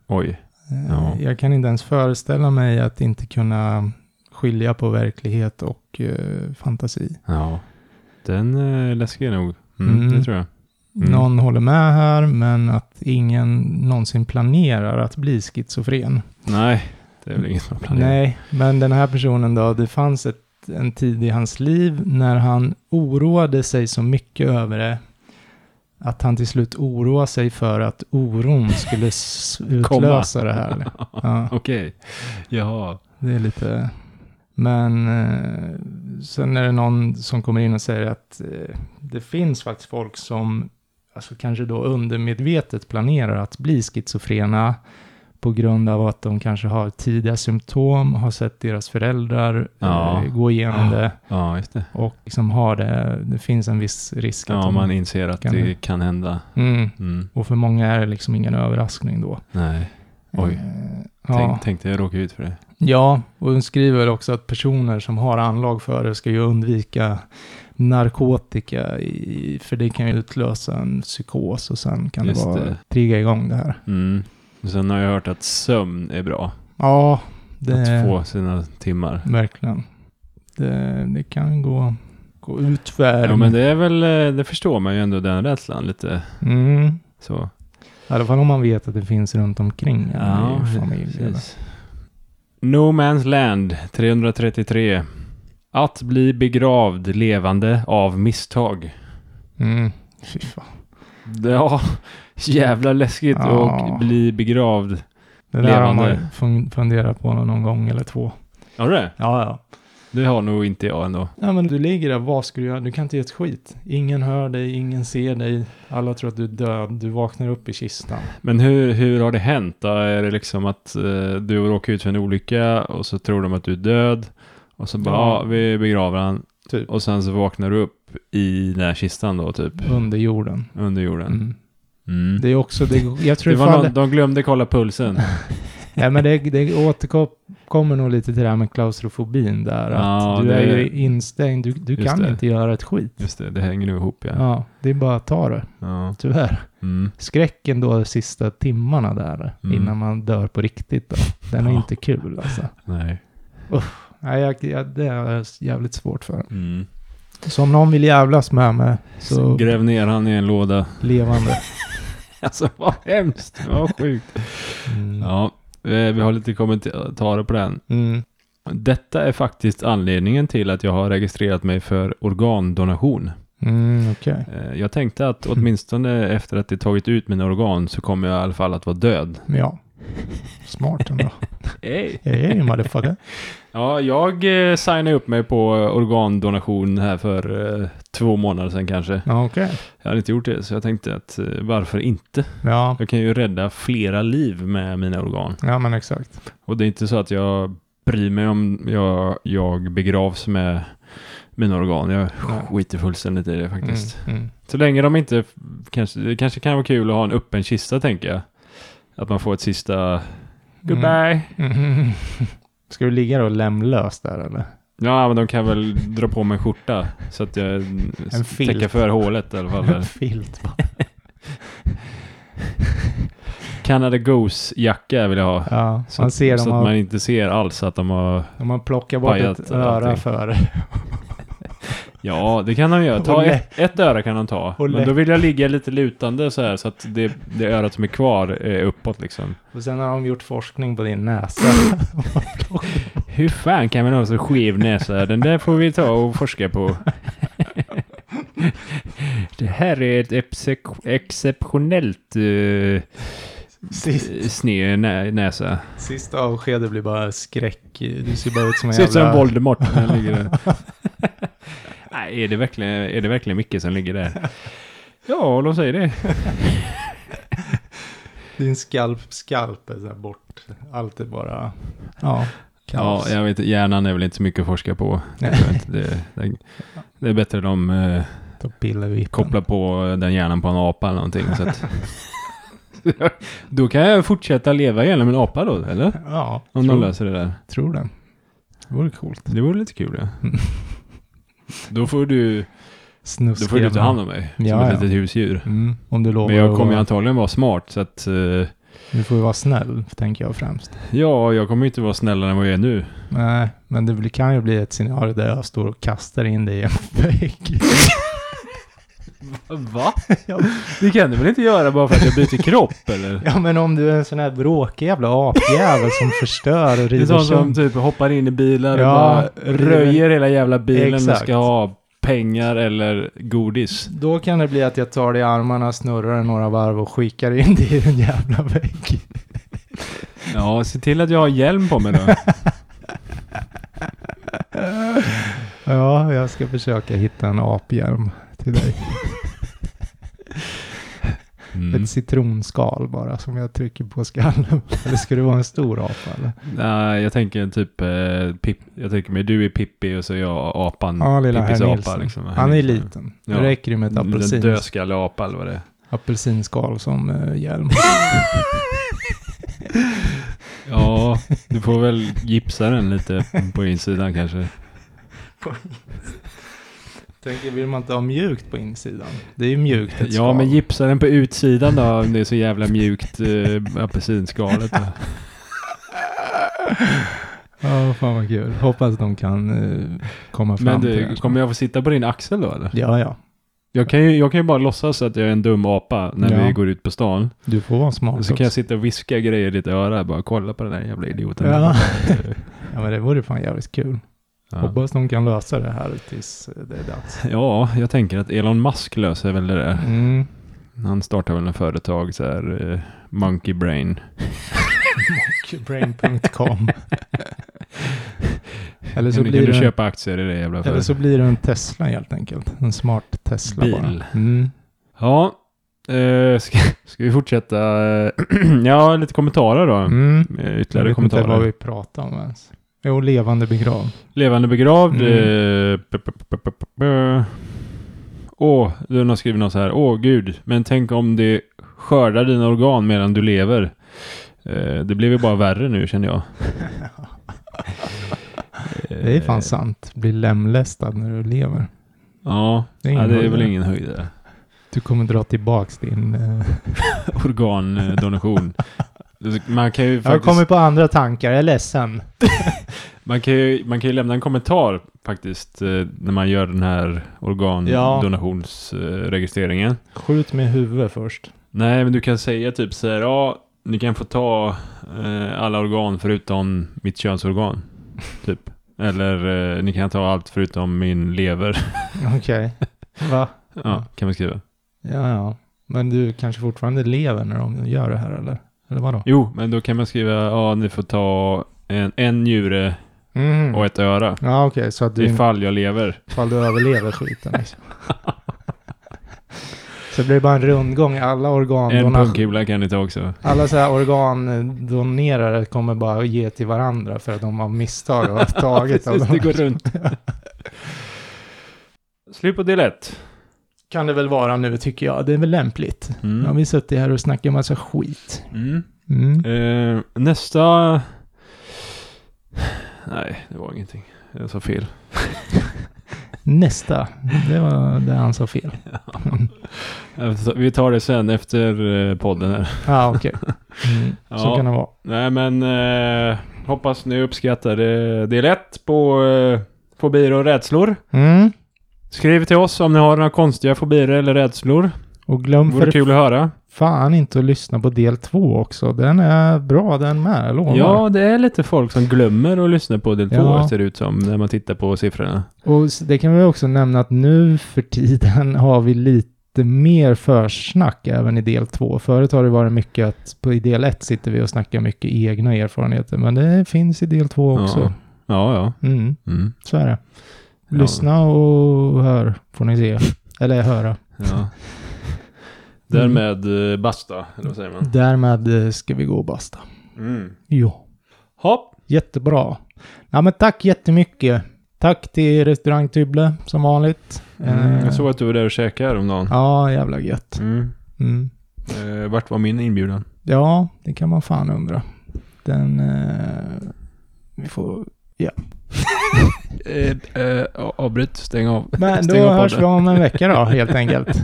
[SPEAKER 2] Oj.
[SPEAKER 1] Eh,
[SPEAKER 2] Ja.
[SPEAKER 1] Jag kan inte ens föreställa mig att inte kunna skilja på verklighet och eh, fantasi.
[SPEAKER 2] Ja. Den är läskig nog. Mm,
[SPEAKER 1] Mm.
[SPEAKER 2] Det tror jag. Mm.
[SPEAKER 1] Någon håller med här, men att ingen någonsin planerar att bli schizofren.
[SPEAKER 2] Nej, det är väl inget man planerar.
[SPEAKER 1] Nej, men den här personen då, det fanns ett, en tid i hans liv när han oroade sig så mycket över det att han till slut oroade sig för att oron skulle s- utlösa det här. Ja,
[SPEAKER 2] Okej. Jaha.
[SPEAKER 1] det är lite... Men eh, sen är det någon som kommer in och säger att eh, det finns faktiskt folk som alltså kanske då undermedvetet planerar att bli schizofrena på grund av att de kanske har tidiga symptom, har sett deras föräldrar
[SPEAKER 2] Ja.
[SPEAKER 1] eh, gå igenom det
[SPEAKER 2] Ja, just det.
[SPEAKER 1] och liksom har det. Det finns en viss risk. att
[SPEAKER 2] Ja,
[SPEAKER 1] de-
[SPEAKER 2] man inser att
[SPEAKER 1] kan
[SPEAKER 2] det
[SPEAKER 1] det.
[SPEAKER 2] kan hända.
[SPEAKER 1] mm.
[SPEAKER 2] Mm.
[SPEAKER 1] Och för många är det liksom ingen överraskning då.
[SPEAKER 2] Nej. Oj.
[SPEAKER 1] Eh,
[SPEAKER 2] Tänk,
[SPEAKER 1] ja.
[SPEAKER 2] tänkte jag råka ut för det.
[SPEAKER 1] ja, och hon skriver också att personer som har anlag för det ska ju undvika narkotika, i, för det kan ju utlösa en psykos och sen kan
[SPEAKER 2] Just
[SPEAKER 1] det bara
[SPEAKER 2] det.
[SPEAKER 1] trigga igång det här.
[SPEAKER 2] Mm. Sen har jag hört att sömn är bra.
[SPEAKER 1] Ja, det
[SPEAKER 2] Att få sina timmar.
[SPEAKER 1] verkligen. Det, det kan gå, gå utför.
[SPEAKER 2] Ja, men det är väl, eh, det förstår man ju ändå den rädslan lite
[SPEAKER 1] mm.
[SPEAKER 2] så.
[SPEAKER 1] I alla fall om man vet att det finns runt omkring en i familj. Eller.
[SPEAKER 2] precis. No Man's Land 333. Att bli begravd levande av misstag.
[SPEAKER 1] Mm. Fy fan.
[SPEAKER 2] Ja, jävla läskigt
[SPEAKER 1] Ja.
[SPEAKER 2] och bli begravd.
[SPEAKER 1] Det där har man
[SPEAKER 2] Levande.
[SPEAKER 1] fun- funderat på någon gång eller två.
[SPEAKER 2] Har du det?
[SPEAKER 1] Ja, ja.
[SPEAKER 2] Det har nog inte jag ändå.
[SPEAKER 1] Ja, men du ligger där, vad ska du göra? Du kan inte ge ett skit. Ingen hör dig, ingen ser dig. Alla tror att du är död. Du vaknar upp i kistan.
[SPEAKER 2] Men hur, hur har det hänt då? Är det liksom att eh, du råkar ut för en olycka och så tror de att du är död och så bara,
[SPEAKER 1] Ja.
[SPEAKER 2] ja, vi begraver han.
[SPEAKER 1] Typ.
[SPEAKER 2] Och sen så vaknar du upp i den här kistan då, typ
[SPEAKER 1] Under jorden.
[SPEAKER 2] under jorden.
[SPEAKER 1] Mm.
[SPEAKER 2] Mm.
[SPEAKER 1] Det är också, det, jag tror
[SPEAKER 2] Det var
[SPEAKER 1] fan
[SPEAKER 2] någon, de glömde kolla pulsen.
[SPEAKER 1] Nej, men det, det återkommer nog lite till det här med klaustrofobin där. Att
[SPEAKER 2] Ja,
[SPEAKER 1] du
[SPEAKER 2] det-
[SPEAKER 1] är ju instängd, du, du
[SPEAKER 2] Just
[SPEAKER 1] kan
[SPEAKER 2] det.
[SPEAKER 1] inte göra ett skit.
[SPEAKER 2] Just det, det hänger nog ihop ja.
[SPEAKER 1] Ja, det är bara att ta det,
[SPEAKER 2] ja.
[SPEAKER 1] tyvärr.
[SPEAKER 2] Mm.
[SPEAKER 1] Skräcken då de sista timmarna där,
[SPEAKER 2] Mm.
[SPEAKER 1] innan man dör på riktigt då. Den är
[SPEAKER 2] Ja.
[SPEAKER 1] inte kul alltså.
[SPEAKER 2] Nej.
[SPEAKER 1] Nej, jag, jag, det är jävligt svårt för en.
[SPEAKER 2] Mm.
[SPEAKER 1] Så om någon vill jävlas med mig,
[SPEAKER 2] Så
[SPEAKER 1] så
[SPEAKER 2] gräv ner han i en låda.
[SPEAKER 1] levande.
[SPEAKER 2] Alltså vad hemskt, vad sjukt.
[SPEAKER 1] Mm.
[SPEAKER 2] Ja, eh, vi har lite kommentarer på den.
[SPEAKER 1] Mm.
[SPEAKER 2] Detta är faktiskt anledningen till att jag har registrerat mig för organdonation.
[SPEAKER 1] Mm, okej.
[SPEAKER 2] Eh, Jag tänkte att åtminstone efter att det tagit ut mina organ så kommer jag i alla fall att vara död.
[SPEAKER 1] Men Ja. Smart ändå. Hey, motherfucker.
[SPEAKER 2] Ja, jag eh, signade upp mig på eh, organdonation här för eh, två månader sedan kanske.
[SPEAKER 1] Ja, okej.
[SPEAKER 2] Jag hade inte gjort det, så jag tänkte att eh, varför inte?
[SPEAKER 1] Ja.
[SPEAKER 2] Jag kan ju rädda flera liv med mina organ.
[SPEAKER 1] ja, men exakt.
[SPEAKER 2] Och det är inte så att jag bryr mig om jag, jag begravs med mina organ. Jag skiter fullständigt i det faktiskt.
[SPEAKER 1] Mm, mm.
[SPEAKER 2] Så länge de inte, kanske, det kanske kan vara kul att ha en öppen kista tänker jag. Att man får ett sista Mm. goodbye.
[SPEAKER 1] Mhm. Ska du ligga då lämlös där eller?
[SPEAKER 2] Ja, men de kan väl dra på mig en skjorta så att jag
[SPEAKER 1] En
[SPEAKER 2] s-
[SPEAKER 1] filt.
[SPEAKER 2] täcker för hålet i alla fall.
[SPEAKER 1] Filt bara.
[SPEAKER 2] Canada Goose-jacka vill jag ha.
[SPEAKER 1] Ja,
[SPEAKER 2] Så,
[SPEAKER 1] man ser
[SPEAKER 2] så
[SPEAKER 1] om
[SPEAKER 2] att
[SPEAKER 1] man,
[SPEAKER 2] man inte ser alls att de har...
[SPEAKER 1] om man plockar bort
[SPEAKER 2] pajat
[SPEAKER 1] ett öra
[SPEAKER 2] allting.
[SPEAKER 1] för
[SPEAKER 2] Ja, det kan de göra.
[SPEAKER 1] Och
[SPEAKER 2] Ta
[SPEAKER 1] lä-
[SPEAKER 2] ett, ett öra kan de ta.
[SPEAKER 1] Och lä-
[SPEAKER 2] Men då vill jag ligga lite lutande så här så att det, det örat som är kvar är uppåt liksom.
[SPEAKER 1] Och sen har de gjort forskning på din näsa.
[SPEAKER 2] Hur fan kan man ha så skev näsa? Den där får vi ta och forska på. Det här är ett exce- exceptionellt uh,
[SPEAKER 1] Sist,
[SPEAKER 2] sned nä- näsa.
[SPEAKER 1] sista avskedet blir bara skräck. Du ser bara ut som en
[SPEAKER 2] Ser ut som
[SPEAKER 1] jävla...
[SPEAKER 2] Voldemort när han ligger där. Nej, är det verkligen, är det verkligen Micke som ligger där? Ja, de säger det.
[SPEAKER 1] Din skalp, skalp är så här bort. Allt är bara... Ja.
[SPEAKER 2] Ja,
[SPEAKER 1] kaos.
[SPEAKER 2] jag vet Hjärnan är väl inte så mycket att forska på. Jag
[SPEAKER 1] Nej.
[SPEAKER 2] tror inte Det, det, det är bättre de eh,
[SPEAKER 1] Då pillar vi i den.
[SPEAKER 2] kopplar på den hjärnan på en apa eller någonting. Så att, då kan jag fortsätta leva genom en apa då, eller?
[SPEAKER 1] Ja,
[SPEAKER 2] Om de
[SPEAKER 1] tror,
[SPEAKER 2] löser det där.
[SPEAKER 1] tror den. Det vore coolt.
[SPEAKER 2] Det vore lite kul ja.
[SPEAKER 1] Mm.
[SPEAKER 2] Då får du,
[SPEAKER 1] Snuskiga.
[SPEAKER 2] då får du ta hand om mig. Som
[SPEAKER 1] Ja,
[SPEAKER 2] ett
[SPEAKER 1] ja.
[SPEAKER 2] litet husdjur.
[SPEAKER 1] Mm, om du lovar
[SPEAKER 2] Men jag
[SPEAKER 1] att
[SPEAKER 2] kommer ju
[SPEAKER 1] vara-
[SPEAKER 2] antagligen vara smart så att eh,
[SPEAKER 1] Du får ju vara snäll, tänker jag främst.
[SPEAKER 2] ja, jag kommer ju inte vara snällare än vad jag är nu.
[SPEAKER 1] Nej, men det blir- kan ju bli ett scenario där jag står och kastar in dig i en vägg.
[SPEAKER 2] Va? Det kan du väl inte göra bara för att jag byter kropp eller?
[SPEAKER 1] Ja, men om du är en sån här bråkig jävla apjävel som förstör och
[SPEAKER 2] Det är
[SPEAKER 1] river
[SPEAKER 2] sån som
[SPEAKER 1] sönder.
[SPEAKER 2] typ hoppar in i bilar
[SPEAKER 1] Ja,
[SPEAKER 2] och bara
[SPEAKER 1] river-
[SPEAKER 2] röjer hela jävla bilen och
[SPEAKER 1] Exakt.
[SPEAKER 2] ska ha pengar eller godis.
[SPEAKER 1] Då kan det bli att jag tar dig i armarna, snurrar dig några varv och skickar in dig i en jävla vägg.
[SPEAKER 2] Ja, se till att jag har hjälm på mig då.
[SPEAKER 1] Ja, jag ska försöka hitta en aphjälm till dig.
[SPEAKER 2] Mm.
[SPEAKER 1] Ett citronskal bara som jag trycker på skallen. Eller ska det vara en stor apa? Eller?
[SPEAKER 2] Nej, jag tänker typ, eh, pip, jag tänker mig du är Pippi och så är jag apan.
[SPEAKER 1] Ja, lilla
[SPEAKER 2] Pippis
[SPEAKER 1] herr
[SPEAKER 2] apa,
[SPEAKER 1] Nilsson.
[SPEAKER 2] liksom.
[SPEAKER 1] Han är
[SPEAKER 2] Nilsson.
[SPEAKER 1] liten.
[SPEAKER 2] Ja.
[SPEAKER 1] Det räcker ju med ett
[SPEAKER 2] Liten
[SPEAKER 1] apelsin,
[SPEAKER 2] Dödskalle-apa eller vad det är.
[SPEAKER 1] apelsinskal som eh, hjälm.
[SPEAKER 2] Ja, du får väl gipsa den lite på insidan kanske.
[SPEAKER 1] Tänker, vill man inte ha mjukt på insidan? Det är ju mjukt ett
[SPEAKER 2] Ja,
[SPEAKER 1] skal.
[SPEAKER 2] men gipsa den på utsidan då om det är så jävla mjukt eh, apelsinskalet. då.
[SPEAKER 1] Ja, fan vad kul. Hoppas de kan eh, komma fram
[SPEAKER 2] Men
[SPEAKER 1] till det
[SPEAKER 2] du,
[SPEAKER 1] här.
[SPEAKER 2] kommer jag få sitta på din axel då eller?
[SPEAKER 1] Ja, ja.
[SPEAKER 2] Jag kan ju, jag kan ju bara låtsas att jag är en dum apa när
[SPEAKER 1] Ja.
[SPEAKER 2] vi går ut på stan.
[SPEAKER 1] Du får vara smart
[SPEAKER 2] Och så kan jag
[SPEAKER 1] också.
[SPEAKER 2] sitta och viska grejer i ditt öra. Bara kolla på den där jävla idioten.
[SPEAKER 1] Ja. ja, men det vore fan jävligt kul.
[SPEAKER 2] Ja.
[SPEAKER 1] Hoppas de kan lösa det här tills eh, det är dags.
[SPEAKER 2] ja, jag tänker att Elon Musk löser väl det där.
[SPEAKER 1] Mm.
[SPEAKER 2] Han startar väl en företag så här, eh, Monkey Brain.
[SPEAKER 1] Brain.com. eller, så
[SPEAKER 2] kan, kan
[SPEAKER 1] blir
[SPEAKER 2] du
[SPEAKER 1] det,
[SPEAKER 2] köpa aktier i det jävla
[SPEAKER 1] eller
[SPEAKER 2] företaget?
[SPEAKER 1] så blir det en Tesla helt enkelt. En smart Tesla
[SPEAKER 2] Bil.
[SPEAKER 1] bara. Mm.
[SPEAKER 2] Ja, eh, ska, ska vi fortsätta? ja, lite kommentarer då.
[SPEAKER 1] Mm.
[SPEAKER 2] Eh,
[SPEAKER 1] Jag vet
[SPEAKER 2] Ytterligare
[SPEAKER 1] inte
[SPEAKER 2] kommentarer.
[SPEAKER 1] vad vi pratar om ens. Jo, levande begravd.
[SPEAKER 2] Levande begravd.
[SPEAKER 1] Mm.
[SPEAKER 2] eh, p- p- p- p- p- p- Åh, du har skrivit något så här. Åh gud, men tänk om det skördar dina organ medan du lever. Eh, Det blev ju bara värre nu känner jag.
[SPEAKER 1] Det är
[SPEAKER 2] Eh,
[SPEAKER 1] fan sant. Bli lemlästad när du lever.
[SPEAKER 2] Ja,
[SPEAKER 1] Det är
[SPEAKER 2] det
[SPEAKER 1] ingen
[SPEAKER 2] är, det är väl
[SPEAKER 1] höjdare.
[SPEAKER 2] ingen höjdare.
[SPEAKER 1] Du kommer dra tillbaks din... eh,
[SPEAKER 2] Organdonation. Alltså, Man kan ju
[SPEAKER 1] Jag
[SPEAKER 2] faktiskt...
[SPEAKER 1] kommer på andra tankar, jag är ledsen.
[SPEAKER 2] Man kan, ju, man kan ju lämna en kommentar faktiskt eh, när man gör den här
[SPEAKER 1] Ja.
[SPEAKER 2] organdonationsregistreringen. Eh,
[SPEAKER 1] Skjut med huvudet först.
[SPEAKER 2] Nej, men du kan säga typ så här, ja, ni kan få ta eh, alla organ förutom mitt könsorgan. Typ. Eller eh, ni kan ta allt förutom min lever.
[SPEAKER 1] Okej. Va?
[SPEAKER 2] ja, kan vi skriva.
[SPEAKER 1] Ja, ja. Men du kanske fortfarande lever när de gör det här, eller? Eller vadå?
[SPEAKER 2] Jo, men då kan man skriva, ja, ni får ta en, en njure
[SPEAKER 1] Mm.
[SPEAKER 2] och ett öra.
[SPEAKER 1] Ja, okej. Så att du inte
[SPEAKER 2] Ifall jag lever.
[SPEAKER 1] Ifall du överlever skiten liksom. Så det blir bara en rundgång. Alla
[SPEAKER 2] En
[SPEAKER 1] organdona-
[SPEAKER 2] pungkula kan ni ta också.
[SPEAKER 1] alla så här organdonerare kommer bara ge till varandra för att de av misstag har tagit av
[SPEAKER 2] Precis,
[SPEAKER 1] dem.
[SPEAKER 2] det går runt. Slut på del ett.
[SPEAKER 1] Kan det väl vara nu tycker jag. Det är väl lämpligt. Nu har
[SPEAKER 2] Mm.
[SPEAKER 1] vi suttit här och snackat massa skit.
[SPEAKER 2] Mm.
[SPEAKER 1] Mm.
[SPEAKER 2] Eh, nästa... Nej, det var ingenting. Jag sa fel.
[SPEAKER 1] Nästa. Det var det han sa fel.
[SPEAKER 2] Vi tar det sen efter eh, podden här.
[SPEAKER 1] Ja, okej. Mm. Så
[SPEAKER 2] Ja.
[SPEAKER 1] kan det vara.
[SPEAKER 2] Nej, men eh, hoppas ni uppskattade del ett på eh, fobier och rädslor.
[SPEAKER 1] Mm.
[SPEAKER 2] Skriv till oss om ni har några konstiga fobier eller rädslor.
[SPEAKER 1] Och glöm
[SPEAKER 2] Vore
[SPEAKER 1] för
[SPEAKER 2] kul att höra.
[SPEAKER 1] fan inte att lyssna på del två också. Den är bra den med, jag lovar.
[SPEAKER 2] Ja, det är lite folk som glömmer att lyssna på del två,
[SPEAKER 1] Ja.
[SPEAKER 2] ser det ut som, när man tittar på siffrorna.
[SPEAKER 1] Och s- det kan vi också nämna att nu för tiden har vi lite mer försnack även i del två. Förut har det varit mycket att på, i del ett sitter vi och snackar mycket egna erfarenheter, men det finns i del två också.
[SPEAKER 2] Ja, ja.
[SPEAKER 1] Mm,
[SPEAKER 2] Mm.
[SPEAKER 1] så är det.
[SPEAKER 2] Ja.
[SPEAKER 1] Lyssna och hör, får ni se. Eller höra.
[SPEAKER 2] Ja. Därmed eh, basta, eller vad säger man?
[SPEAKER 1] Därmed eh, ska vi gå och basta.
[SPEAKER 2] Mm.
[SPEAKER 1] Jo.
[SPEAKER 2] Hopp!
[SPEAKER 1] Jättebra. Ja, men tack jättemycket. Tack till restaurang Tybble som vanligt. Eh,
[SPEAKER 2] Jag såg att du var där och käkade häromdagen.
[SPEAKER 1] Ja, jävla gött.
[SPEAKER 2] Mm.
[SPEAKER 1] Mm.
[SPEAKER 2] Eh, vart var min inbjudan?
[SPEAKER 1] Ja, det kan man fan undra. Den... Eh, vi får...
[SPEAKER 2] Eh, eh, avbryt, stäng av.
[SPEAKER 1] Men då
[SPEAKER 2] Stäng av
[SPEAKER 1] hörs vi
[SPEAKER 2] podden.
[SPEAKER 1] om en vecka då, helt enkelt.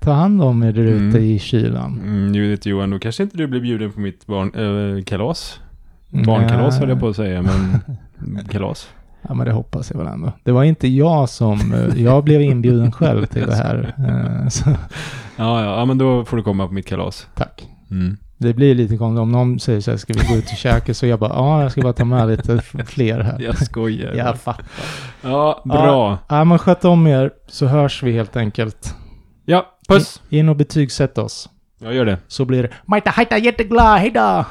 [SPEAKER 1] Ta hand om er där ute
[SPEAKER 2] Mm.
[SPEAKER 1] i kylan.
[SPEAKER 2] Mm, Judith Johan, då kanske inte du blir bjuden på mitt barn, eh, kalas.
[SPEAKER 1] Mm.
[SPEAKER 2] Barnkalas höll jag på att säga,
[SPEAKER 1] Eh.
[SPEAKER 2] men kalas.
[SPEAKER 1] Ja, men det hoppas jag väl ändå. Det var inte jag som... eh, Jag blev inbjuden själv till det här. Eh, så,
[SPEAKER 2] Ja, ja, ja, men då får du komma på mitt kalas.
[SPEAKER 1] tack.
[SPEAKER 2] Mm.
[SPEAKER 1] Det blir lite konstigt om någon säger så här, ska vi gå ut och käka? Så jag bara, ja, jag ska bara ta med lite fler här.
[SPEAKER 2] Jag skojar.
[SPEAKER 1] Jag fattar.
[SPEAKER 2] ja bra.
[SPEAKER 1] Ja, men sköt om er, så hörs vi helt enkelt.
[SPEAKER 2] Ja, puss!
[SPEAKER 1] Mm. In och betygsätt oss.
[SPEAKER 2] Jag gör det.
[SPEAKER 1] Så blir det, Majta Hajta jätteglad, hejdå!